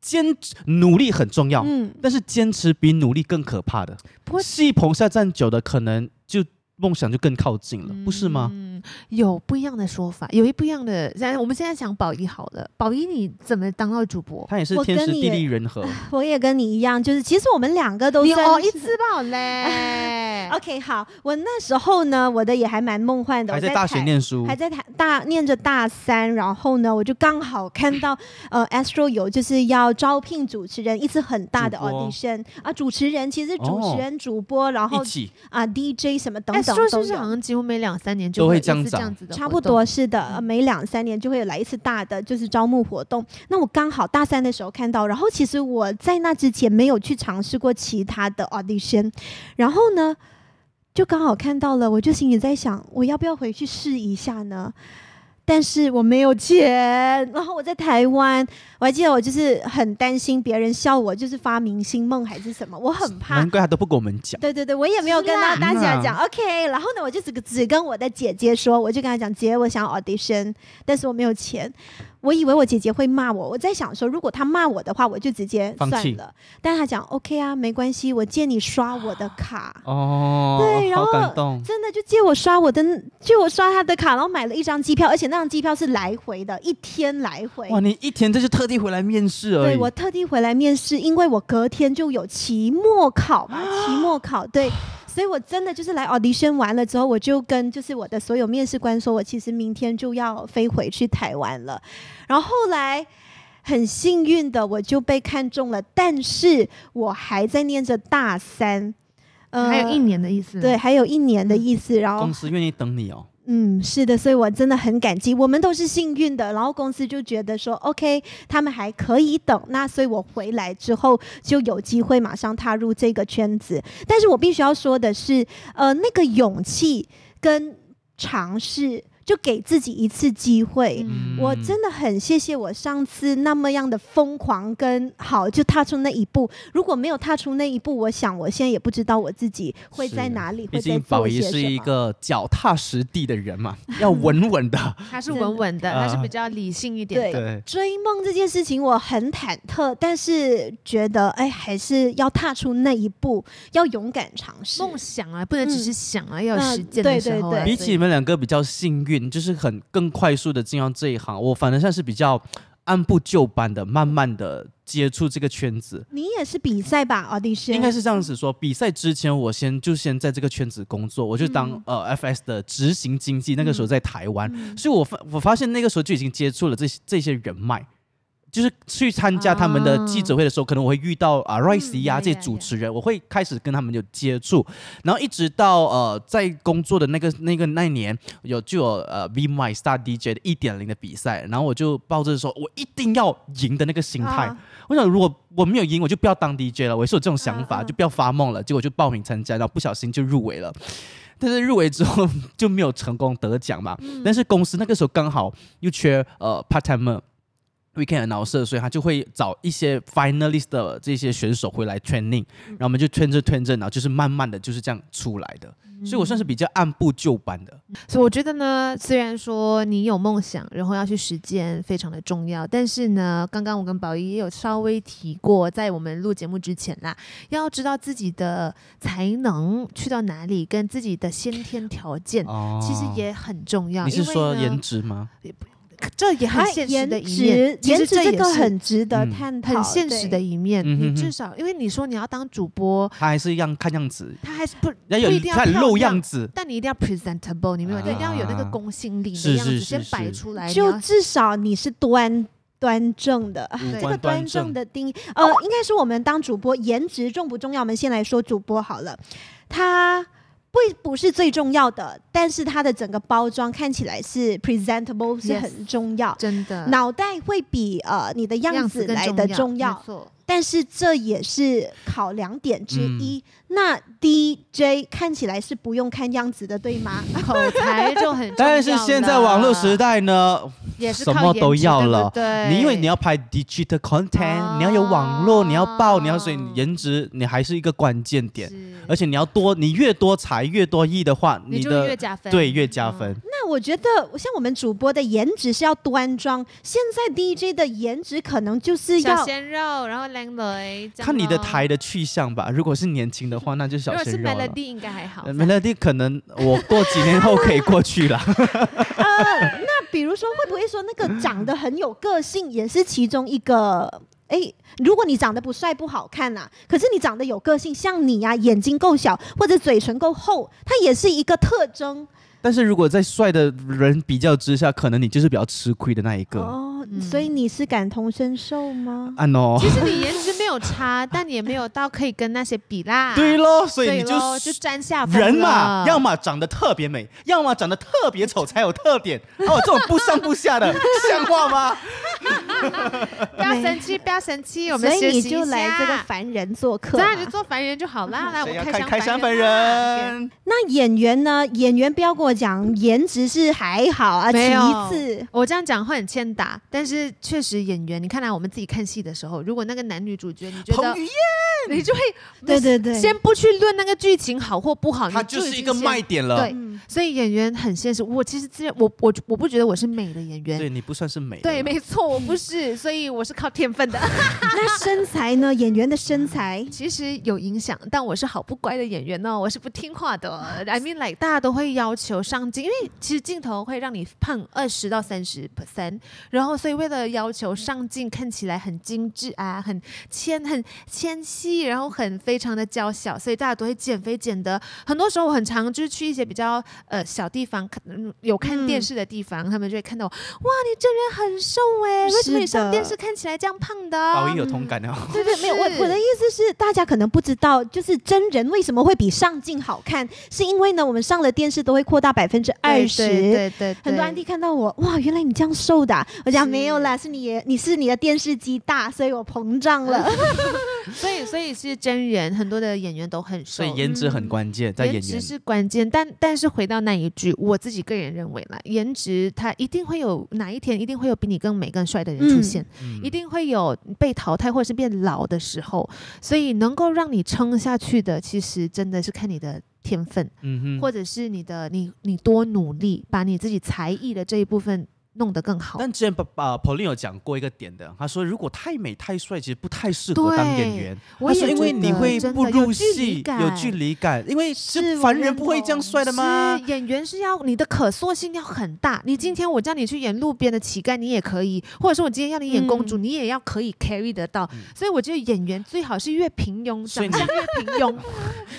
[SPEAKER 2] 坚持努力很重要，
[SPEAKER 4] 嗯，
[SPEAKER 2] 但是坚持比努力更可怕的。
[SPEAKER 3] 不过
[SPEAKER 2] 戏棚下站久的，可能就梦想就更靠近了，不是吗？
[SPEAKER 3] 嗯，有不一样的说法，有一不一样的。然我们现在讲宝仪好了，宝仪你怎么当到主播？
[SPEAKER 2] 他也是
[SPEAKER 4] 我
[SPEAKER 2] 天时
[SPEAKER 4] 跟你
[SPEAKER 2] 地利人 和，
[SPEAKER 4] 我也跟你一样，就是其实我们两个都
[SPEAKER 3] 你啊
[SPEAKER 4] 算
[SPEAKER 3] 哦，
[SPEAKER 4] 是。
[SPEAKER 3] 一次吧 嘞
[SPEAKER 4] OK，好，我那时候呢，我的也还蛮梦幻的，
[SPEAKER 2] 还
[SPEAKER 4] 我
[SPEAKER 2] 在大学
[SPEAKER 4] 台
[SPEAKER 2] 念书
[SPEAKER 4] 还，在台大念着大三，然后呢，我就刚好看到呃，Astro 有就是要招聘主持人，一次很大的
[SPEAKER 2] 主播
[SPEAKER 4] audition 啊，主持人其实主
[SPEAKER 2] 哦
[SPEAKER 4] 持人、主播，然后
[SPEAKER 2] 一起
[SPEAKER 4] 啊 DJ 什么等
[SPEAKER 3] 哎，
[SPEAKER 4] 等
[SPEAKER 3] 说是
[SPEAKER 4] 都
[SPEAKER 3] 不是
[SPEAKER 4] 有
[SPEAKER 3] 好像几乎每两三年就
[SPEAKER 2] 都会
[SPEAKER 3] 有一
[SPEAKER 2] 这样
[SPEAKER 3] 次
[SPEAKER 2] 子
[SPEAKER 3] 这
[SPEAKER 2] 啊
[SPEAKER 3] 样子的活动，
[SPEAKER 4] 差不多是的，
[SPEAKER 3] 嗯
[SPEAKER 4] 呃每两三年就会有来一次大的，就是招募活动。那我刚好大三的时候看到，然后其实我在那之前没有去尝试过其他的 audition，然后呢，就刚好看到了，我就心里在想，我要不要回去试一下呢？但是我没有钱，然后我在台湾，我还记得我就是很担心别人笑我，就是发明星梦还是什么，我很怕
[SPEAKER 2] 难怪他都不跟我们讲。
[SPEAKER 4] 对对对，我也没有跟到
[SPEAKER 2] 啊
[SPEAKER 4] 大家
[SPEAKER 2] 嗯
[SPEAKER 4] 讲、OK，然后呢，我就只只跟我的姐姐说，我就跟她讲，姐，我想要 audition，但是我没有钱。我以为我姐姐会骂我，我在想说，如果她骂我的话，我就直接
[SPEAKER 2] 放弃
[SPEAKER 4] 算了。但她讲 OK 啊，没关系，我借你刷我的 卡。
[SPEAKER 2] 哦，
[SPEAKER 4] 对然
[SPEAKER 2] 好
[SPEAKER 4] 后
[SPEAKER 2] 感动。
[SPEAKER 4] 真的就借我刷我的，借我刷她的卡，然后买了一张机票，而且那张机票是来回的，一天来回。
[SPEAKER 2] 哇，你一天这就特地回来面试而已。
[SPEAKER 4] 对我特地回来面试，因为我隔天就有期末考 嘛，期末考对，所以我真的就是来 audition 完了之后，我就跟就是我的所有面试官说，我其实明天就要飞回去台湾了。然后后来很幸运的我就被看中了，但是我还在念着大三，呃
[SPEAKER 3] 还有一。年的嗯意思。
[SPEAKER 4] 对，，还有一年的意思，然后
[SPEAKER 2] 公司愿意等你哦。
[SPEAKER 4] 嗯，是的，所以我真的很感激，我们都是幸运的。然后公司就觉得说，OK，他们还可以等，那所以我回来之后就有机会马上踏入这个圈子。但是我必须要说的是，呃，那个勇气跟尝试，就给自己一次机会。
[SPEAKER 3] 嗯
[SPEAKER 4] 我真的很谢谢我上次那么样的疯狂跟好，就踏出那一步。如果没有踏出那一步，我想我现在也不知道我自己会在
[SPEAKER 2] 是
[SPEAKER 4] 哪里，
[SPEAKER 2] 毕
[SPEAKER 4] 会在
[SPEAKER 2] 竟
[SPEAKER 4] 做
[SPEAKER 2] 宝
[SPEAKER 4] 些
[SPEAKER 2] 仪
[SPEAKER 4] 什么。
[SPEAKER 2] 是一个脚踏实地的人嘛， 要稳稳的。
[SPEAKER 3] 他是稳稳的，他是比较理性一点的。
[SPEAKER 4] 对
[SPEAKER 2] 对，
[SPEAKER 4] 追梦这件事情我很忐忑，但是觉得哎，还是要踏出那一步，要勇敢尝试。
[SPEAKER 3] 梦想啊，不能只是想啊，要有
[SPEAKER 4] 嗯
[SPEAKER 3] 实践的
[SPEAKER 4] 对
[SPEAKER 3] 时
[SPEAKER 4] 对
[SPEAKER 3] 候
[SPEAKER 4] 对
[SPEAKER 3] 啊。
[SPEAKER 2] 比
[SPEAKER 3] 所
[SPEAKER 2] 起
[SPEAKER 3] 以
[SPEAKER 2] 你们两个比较幸运，就是很更快速的进到这一行，我反而算是比较按部就班的，慢慢的接触这个圈子。
[SPEAKER 4] 你也是比赛吧，audition？
[SPEAKER 2] 应该是这样子说，比赛之前我先就先在这个圈子工作，我就当、
[SPEAKER 4] 嗯
[SPEAKER 2] 呃 FS 的执行经济，那个时候在台湾，
[SPEAKER 4] 嗯
[SPEAKER 2] 所以我发我发现那个时候就已经接触了这些这些人脉。就是去参加他们的记者会的时候，可能我会遇到啊 r i c e
[SPEAKER 3] 呀
[SPEAKER 2] 呀这些
[SPEAKER 3] 呀
[SPEAKER 2] 主
[SPEAKER 3] 呀
[SPEAKER 2] 持人，我会开始跟他们有接触，然后一直到呃在工作的那个那个那一年有就有呃 V My Star DJ 的一点零的比赛，然后我就抱着说我一定要赢的那个心态，
[SPEAKER 4] 啊
[SPEAKER 2] 我想，如果我没有赢，我就不要当 DJ 了。我也是有这种想法，
[SPEAKER 4] 嗯嗯
[SPEAKER 2] 就不要发梦了。结果就报名参加，然后不小心就入围了。 但是入围之后就
[SPEAKER 3] 嗯
[SPEAKER 2] 没有成功得奖嘛。但是公司那个时候刚好又缺呃 part timer， weekend announcer，所以他就会找一些 finalist 的这些选手回来 training，然
[SPEAKER 3] 嗯
[SPEAKER 2] 后我们就 train 着 train 着，然后就是慢慢的就是这样出来的。
[SPEAKER 3] 嗯
[SPEAKER 2] 所以我算是比较按部就班的。
[SPEAKER 3] 所以我觉得呢，虽然说你有梦想，然后要去实践，非常的重要。但是呢，刚刚我跟宝仪也有稍微提过，在我们录节目之前啦，要知道自己的才能去到哪里，跟自己的先天条件，
[SPEAKER 2] 哦
[SPEAKER 3] 其实也很重要。
[SPEAKER 2] 你是
[SPEAKER 3] 啊因为
[SPEAKER 2] 说
[SPEAKER 3] 呢
[SPEAKER 2] 颜值吗？
[SPEAKER 3] 这也很
[SPEAKER 4] 哎
[SPEAKER 3] 现实
[SPEAKER 4] 颜
[SPEAKER 3] 的一面
[SPEAKER 4] 值，，
[SPEAKER 3] 其
[SPEAKER 4] 颜
[SPEAKER 3] 实
[SPEAKER 4] 值
[SPEAKER 3] 这也
[SPEAKER 4] 个
[SPEAKER 3] 是
[SPEAKER 4] 很值得
[SPEAKER 2] 嗯
[SPEAKER 4] 探讨，
[SPEAKER 3] 很现实的
[SPEAKER 4] 对。
[SPEAKER 3] 一面。
[SPEAKER 2] 嗯哼
[SPEAKER 3] 你
[SPEAKER 2] 哼
[SPEAKER 3] 至少，因为你说你要当主播，
[SPEAKER 2] 他还是一样看样子，
[SPEAKER 3] 他还是不
[SPEAKER 2] 要有
[SPEAKER 3] 不一定要
[SPEAKER 2] 看
[SPEAKER 3] 漂
[SPEAKER 2] 露
[SPEAKER 3] 亮
[SPEAKER 2] 样子。
[SPEAKER 3] 但你一定要 presentable，你没有，
[SPEAKER 2] 啊
[SPEAKER 3] 一定要有那个公信力的
[SPEAKER 2] 是
[SPEAKER 3] 样子，
[SPEAKER 2] 是是
[SPEAKER 3] 先摆
[SPEAKER 2] 是
[SPEAKER 3] 出来。你
[SPEAKER 4] 就
[SPEAKER 3] 要
[SPEAKER 4] 至少你是端端正的。
[SPEAKER 2] 五
[SPEAKER 3] 啊对
[SPEAKER 4] 这
[SPEAKER 2] 官
[SPEAKER 4] 个端
[SPEAKER 2] 端
[SPEAKER 4] 正
[SPEAKER 2] 正，
[SPEAKER 4] 的定义，呃，应该是我们当主播颜值重不重要？我们先来说主播好了，他不不是最重要的，但是他的整个包装看起来是 presentable 是
[SPEAKER 3] Yes
[SPEAKER 4] 很重要。
[SPEAKER 3] 真的
[SPEAKER 4] 脑袋会比呃你的嗯样子
[SPEAKER 3] 更
[SPEAKER 4] 来的
[SPEAKER 3] 重
[SPEAKER 4] 重要，嗯
[SPEAKER 3] 没错
[SPEAKER 4] 但是这也是考量点之一。那 DJ 看起来是不用看样子的，对吗？
[SPEAKER 3] 口才就很重要了。
[SPEAKER 2] 但是现在网络时代呢，
[SPEAKER 3] 也是
[SPEAKER 2] 什
[SPEAKER 3] 靠
[SPEAKER 2] 么
[SPEAKER 3] 颜
[SPEAKER 2] 都
[SPEAKER 3] 值
[SPEAKER 2] 要
[SPEAKER 3] 对不
[SPEAKER 2] 了
[SPEAKER 3] 对，
[SPEAKER 2] 你因为你要拍 digital content，、
[SPEAKER 3] 哦
[SPEAKER 2] 你要有网络，你要爆，你要所以你颜值你还是一个关键点，
[SPEAKER 3] 是
[SPEAKER 2] 而且你要多，你越多才越多艺的话，
[SPEAKER 3] 你就
[SPEAKER 2] 的
[SPEAKER 3] 越加分，
[SPEAKER 2] 对越加
[SPEAKER 3] 嗯
[SPEAKER 2] 分。
[SPEAKER 4] 那我觉得，像我们主播的颜值是要端庄，现在 DJ 的颜值可能就是
[SPEAKER 3] 小
[SPEAKER 4] 要
[SPEAKER 3] 鲜肉，然后靓女，这样
[SPEAKER 2] 看你的
[SPEAKER 3] 咯。
[SPEAKER 2] 台的去向吧，如果是年轻的话，那就是
[SPEAKER 3] 哦如
[SPEAKER 2] 小
[SPEAKER 3] 果
[SPEAKER 2] 鲜
[SPEAKER 3] 是
[SPEAKER 2] 肉了。
[SPEAKER 3] Melody 应该还好
[SPEAKER 2] 呃。Melody 可能我过几年后可以过去 了，
[SPEAKER 4] 呃那比如说会不会说那个长得很有个性也是其中一个？哎，如果你长得不帅不好看呐、啊可是你长得有个性，像你呀、啊眼睛够小或者嘴唇够厚，它也是一个特征
[SPEAKER 2] 但是如果在帅的人比较之下，可能你就是比较吃亏的那一个。
[SPEAKER 4] 哦。
[SPEAKER 3] 嗯
[SPEAKER 4] 所以你是感同身受吗？
[SPEAKER 2] 啊 no，
[SPEAKER 3] 其实你颜值没有差，但也没有到可以跟那些比啦。
[SPEAKER 2] 对咯，所以
[SPEAKER 3] 啊
[SPEAKER 2] 你
[SPEAKER 3] 对
[SPEAKER 2] 就
[SPEAKER 3] 咯，就占下风
[SPEAKER 2] 人嘛，
[SPEAKER 3] 了
[SPEAKER 2] 要么长得特别美，要么长得特别丑才有特 点。哦，这种不上不下的，像话吗？
[SPEAKER 3] 不要生气，不要生气，我们
[SPEAKER 4] 所以
[SPEAKER 3] 学
[SPEAKER 4] 你
[SPEAKER 3] 习
[SPEAKER 4] 就
[SPEAKER 3] 一
[SPEAKER 4] 来这个
[SPEAKER 3] 下
[SPEAKER 4] 凡人做客嘛。
[SPEAKER 3] 咱俩就做凡人就 好啦。来，我
[SPEAKER 2] 谁
[SPEAKER 3] 们
[SPEAKER 2] 要开
[SPEAKER 3] 开箱啊
[SPEAKER 2] 开山
[SPEAKER 3] 凡
[SPEAKER 2] 凡
[SPEAKER 3] 啦。
[SPEAKER 2] 人，
[SPEAKER 4] 那演员呢？演员不要跟我讲颜值是还好啊，
[SPEAKER 3] 没
[SPEAKER 4] 其
[SPEAKER 3] 有
[SPEAKER 4] 次。
[SPEAKER 3] 我这样讲会很欠打，但是确实演员，你看来、啊我们自己看戏的时候，如果那个男女主角，你觉
[SPEAKER 2] 彭
[SPEAKER 3] 得
[SPEAKER 2] 于晏，
[SPEAKER 3] 你就会
[SPEAKER 4] 对对对，
[SPEAKER 3] 先不去论那个剧情好或不好，
[SPEAKER 2] 他
[SPEAKER 3] 你
[SPEAKER 2] 就是
[SPEAKER 3] 已
[SPEAKER 2] 一
[SPEAKER 3] 经
[SPEAKER 2] 个
[SPEAKER 3] 先
[SPEAKER 2] 卖。点了。
[SPEAKER 3] 对
[SPEAKER 4] 嗯
[SPEAKER 3] 所以演员很现实，我其实自认我我我不觉得我是美的演员，
[SPEAKER 2] 对你不算是美的哦
[SPEAKER 3] 对，
[SPEAKER 2] 了
[SPEAKER 3] 没错，我不是，所以我是靠天分的。
[SPEAKER 4] 那身材呢？演员的身 材，
[SPEAKER 3] 其实有影响，但我是好不乖的演员哦，我是不听话的。I mean like 大家都会要求上镜，因为其实镜头会让你胖二十到三十 percent，然后所以为了要求上镜看起来很精致啊，很纤很纤细，然后很非常的娇小，所以大家都会减肥减的。很多时候我很常就是去一些比较呃小地方，看嗯有看电视的地方，他们就会看到我，哇，你这人很瘦哎、为什么
[SPEAKER 4] 是
[SPEAKER 3] 你上
[SPEAKER 4] 的
[SPEAKER 3] 电视看起来这样胖的？
[SPEAKER 2] 宝仪有同感哦。
[SPEAKER 3] 对
[SPEAKER 4] 对，没有我我的意思是，大家可能不知道，就是真人为什么会比上镜好看，是因为呢，我们上了电视都会扩大百分之二
[SPEAKER 3] 对对
[SPEAKER 4] 十。
[SPEAKER 3] 对对，
[SPEAKER 4] 很多
[SPEAKER 3] 对
[SPEAKER 4] 安迪看到我，哇，原来你这样瘦的啊、我讲
[SPEAKER 3] 是
[SPEAKER 4] 没有啦，是你你是你的电视机大，所以我膨胀 了。
[SPEAKER 3] 所以，所以是真人，很多的演员都很瘦，
[SPEAKER 2] 所以颜值很关键，在演
[SPEAKER 3] 值
[SPEAKER 2] 员。
[SPEAKER 3] 是关键。但但是回到那一句，我自己个人认为啦，颜值它一定会有哪一天，一定会有比你更美更帅的人出现，
[SPEAKER 2] 嗯
[SPEAKER 3] 一定会有被淘汰或者是变老的时候。所以能够让你撑下去的，其实真的是看你的天分，
[SPEAKER 2] 嗯哼。
[SPEAKER 3] 或者是你的你你多努力，把你自己才艺的这一部分弄得更好。
[SPEAKER 2] 但之前把把 Pauline 有讲过一个点的，他说如果太美太帅，其实不太适合当演员。
[SPEAKER 3] 我
[SPEAKER 2] 他
[SPEAKER 3] 也
[SPEAKER 2] 说因为
[SPEAKER 3] 觉
[SPEAKER 2] 你
[SPEAKER 3] 得
[SPEAKER 2] 会
[SPEAKER 3] 真
[SPEAKER 2] 不
[SPEAKER 3] 的有
[SPEAKER 2] 入
[SPEAKER 3] 距离
[SPEAKER 2] 戏，有
[SPEAKER 3] 感
[SPEAKER 2] 距离感，因为
[SPEAKER 4] 是
[SPEAKER 2] 是
[SPEAKER 4] 我
[SPEAKER 2] 凡
[SPEAKER 4] 认
[SPEAKER 2] 人不会这样
[SPEAKER 4] 同
[SPEAKER 2] 帅的吗
[SPEAKER 3] 是？演员是要你的可塑性要很大。你今天我叫你去演路边的乞丐，你也可以；或者是我今天要你演公主，
[SPEAKER 4] 嗯
[SPEAKER 3] 你也要可以 carry 得到。
[SPEAKER 2] 嗯
[SPEAKER 3] 所以我觉得演员最好是越平庸，
[SPEAKER 2] 所以
[SPEAKER 3] 长
[SPEAKER 2] 你
[SPEAKER 3] 相越平 庸。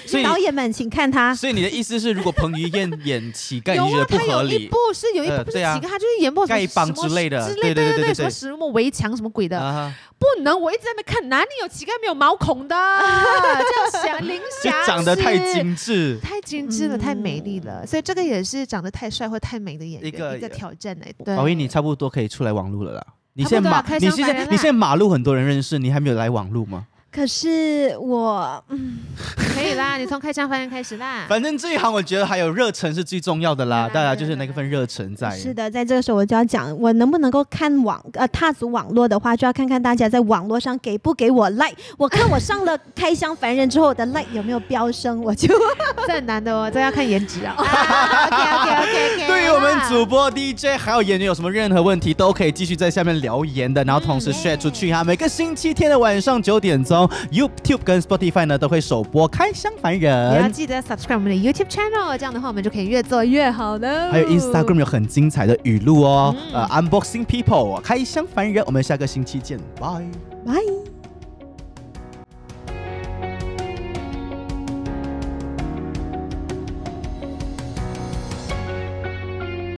[SPEAKER 2] 所以
[SPEAKER 4] 导演们，请看他，
[SPEAKER 2] 所以你的意思是，如果彭于晏演乞丐，
[SPEAKER 3] 啊 有
[SPEAKER 2] 你觉得
[SPEAKER 3] 啊，
[SPEAKER 2] 不
[SPEAKER 3] 他
[SPEAKER 2] 合
[SPEAKER 3] 有
[SPEAKER 2] 理
[SPEAKER 3] 一部？是有一部
[SPEAKER 2] 呃
[SPEAKER 3] 不是乞
[SPEAKER 2] 对啊
[SPEAKER 3] 丐，他就是演过什么
[SPEAKER 2] 丐帮
[SPEAKER 3] 什么
[SPEAKER 2] 之类的
[SPEAKER 3] 之类
[SPEAKER 2] 对对
[SPEAKER 3] 对
[SPEAKER 2] 对对
[SPEAKER 3] 什
[SPEAKER 2] 对
[SPEAKER 3] 么什么围墙什么鬼的，
[SPEAKER 2] 啊，
[SPEAKER 3] 不能。我一直在那边看，哪里有乞丐没有毛 孔的？叫霞林
[SPEAKER 2] 就
[SPEAKER 3] 霞
[SPEAKER 2] 长得太
[SPEAKER 3] 是
[SPEAKER 2] 精致。
[SPEAKER 3] 太精致了，太美丽了，所以这个也是长得太帅或太美的演员
[SPEAKER 2] 一个哦
[SPEAKER 3] 挑战哎、对，
[SPEAKER 2] 宝仪，你差不多可以出来网路了啦。你
[SPEAKER 3] 差不
[SPEAKER 2] 现在
[SPEAKER 3] 多啊
[SPEAKER 2] 马，
[SPEAKER 3] 开
[SPEAKER 2] 你
[SPEAKER 3] 箱
[SPEAKER 2] 现
[SPEAKER 3] 白
[SPEAKER 2] 在
[SPEAKER 3] 人啦
[SPEAKER 2] 你现在马路很多人认识，你还没有来网路吗？
[SPEAKER 4] 可是我，嗯
[SPEAKER 3] 可以啦，你从开箱发现开 始啦。
[SPEAKER 2] 反正这一行我觉得还有热忱是最重要的啦，
[SPEAKER 3] 对啦
[SPEAKER 2] 大家
[SPEAKER 3] 对啦
[SPEAKER 2] 就是那个份热忱在。
[SPEAKER 4] 是的，在这个时候我就要讲，我能不能够看网呃踏足网络的话，就要看看大家在网络上给不给我 like。我看我上了开箱凡人之后，我的 like 有没有飙升，我就
[SPEAKER 3] 这很难的哦，这要看颜值啊。
[SPEAKER 4] OK OK OK OK 。
[SPEAKER 2] 对于我们主播 DJ 还有演员有什么任何问题，都可以继续在下面留言的，然后
[SPEAKER 3] 嗯
[SPEAKER 2] 同时 share 出去哈、每个星期天的晚上九点钟，YouTube 跟 Spotify 呢都会首播《开箱凡
[SPEAKER 3] 也要
[SPEAKER 2] 人》，
[SPEAKER 3] 记得 subscribe 我们的 YouTube channel，这样的话我们就可以越做越好了。
[SPEAKER 2] 还有 Instagram 有很精彩的语录哦。呃，Unboxing People 开箱凡人，我们下个星期见，拜。
[SPEAKER 4] 拜。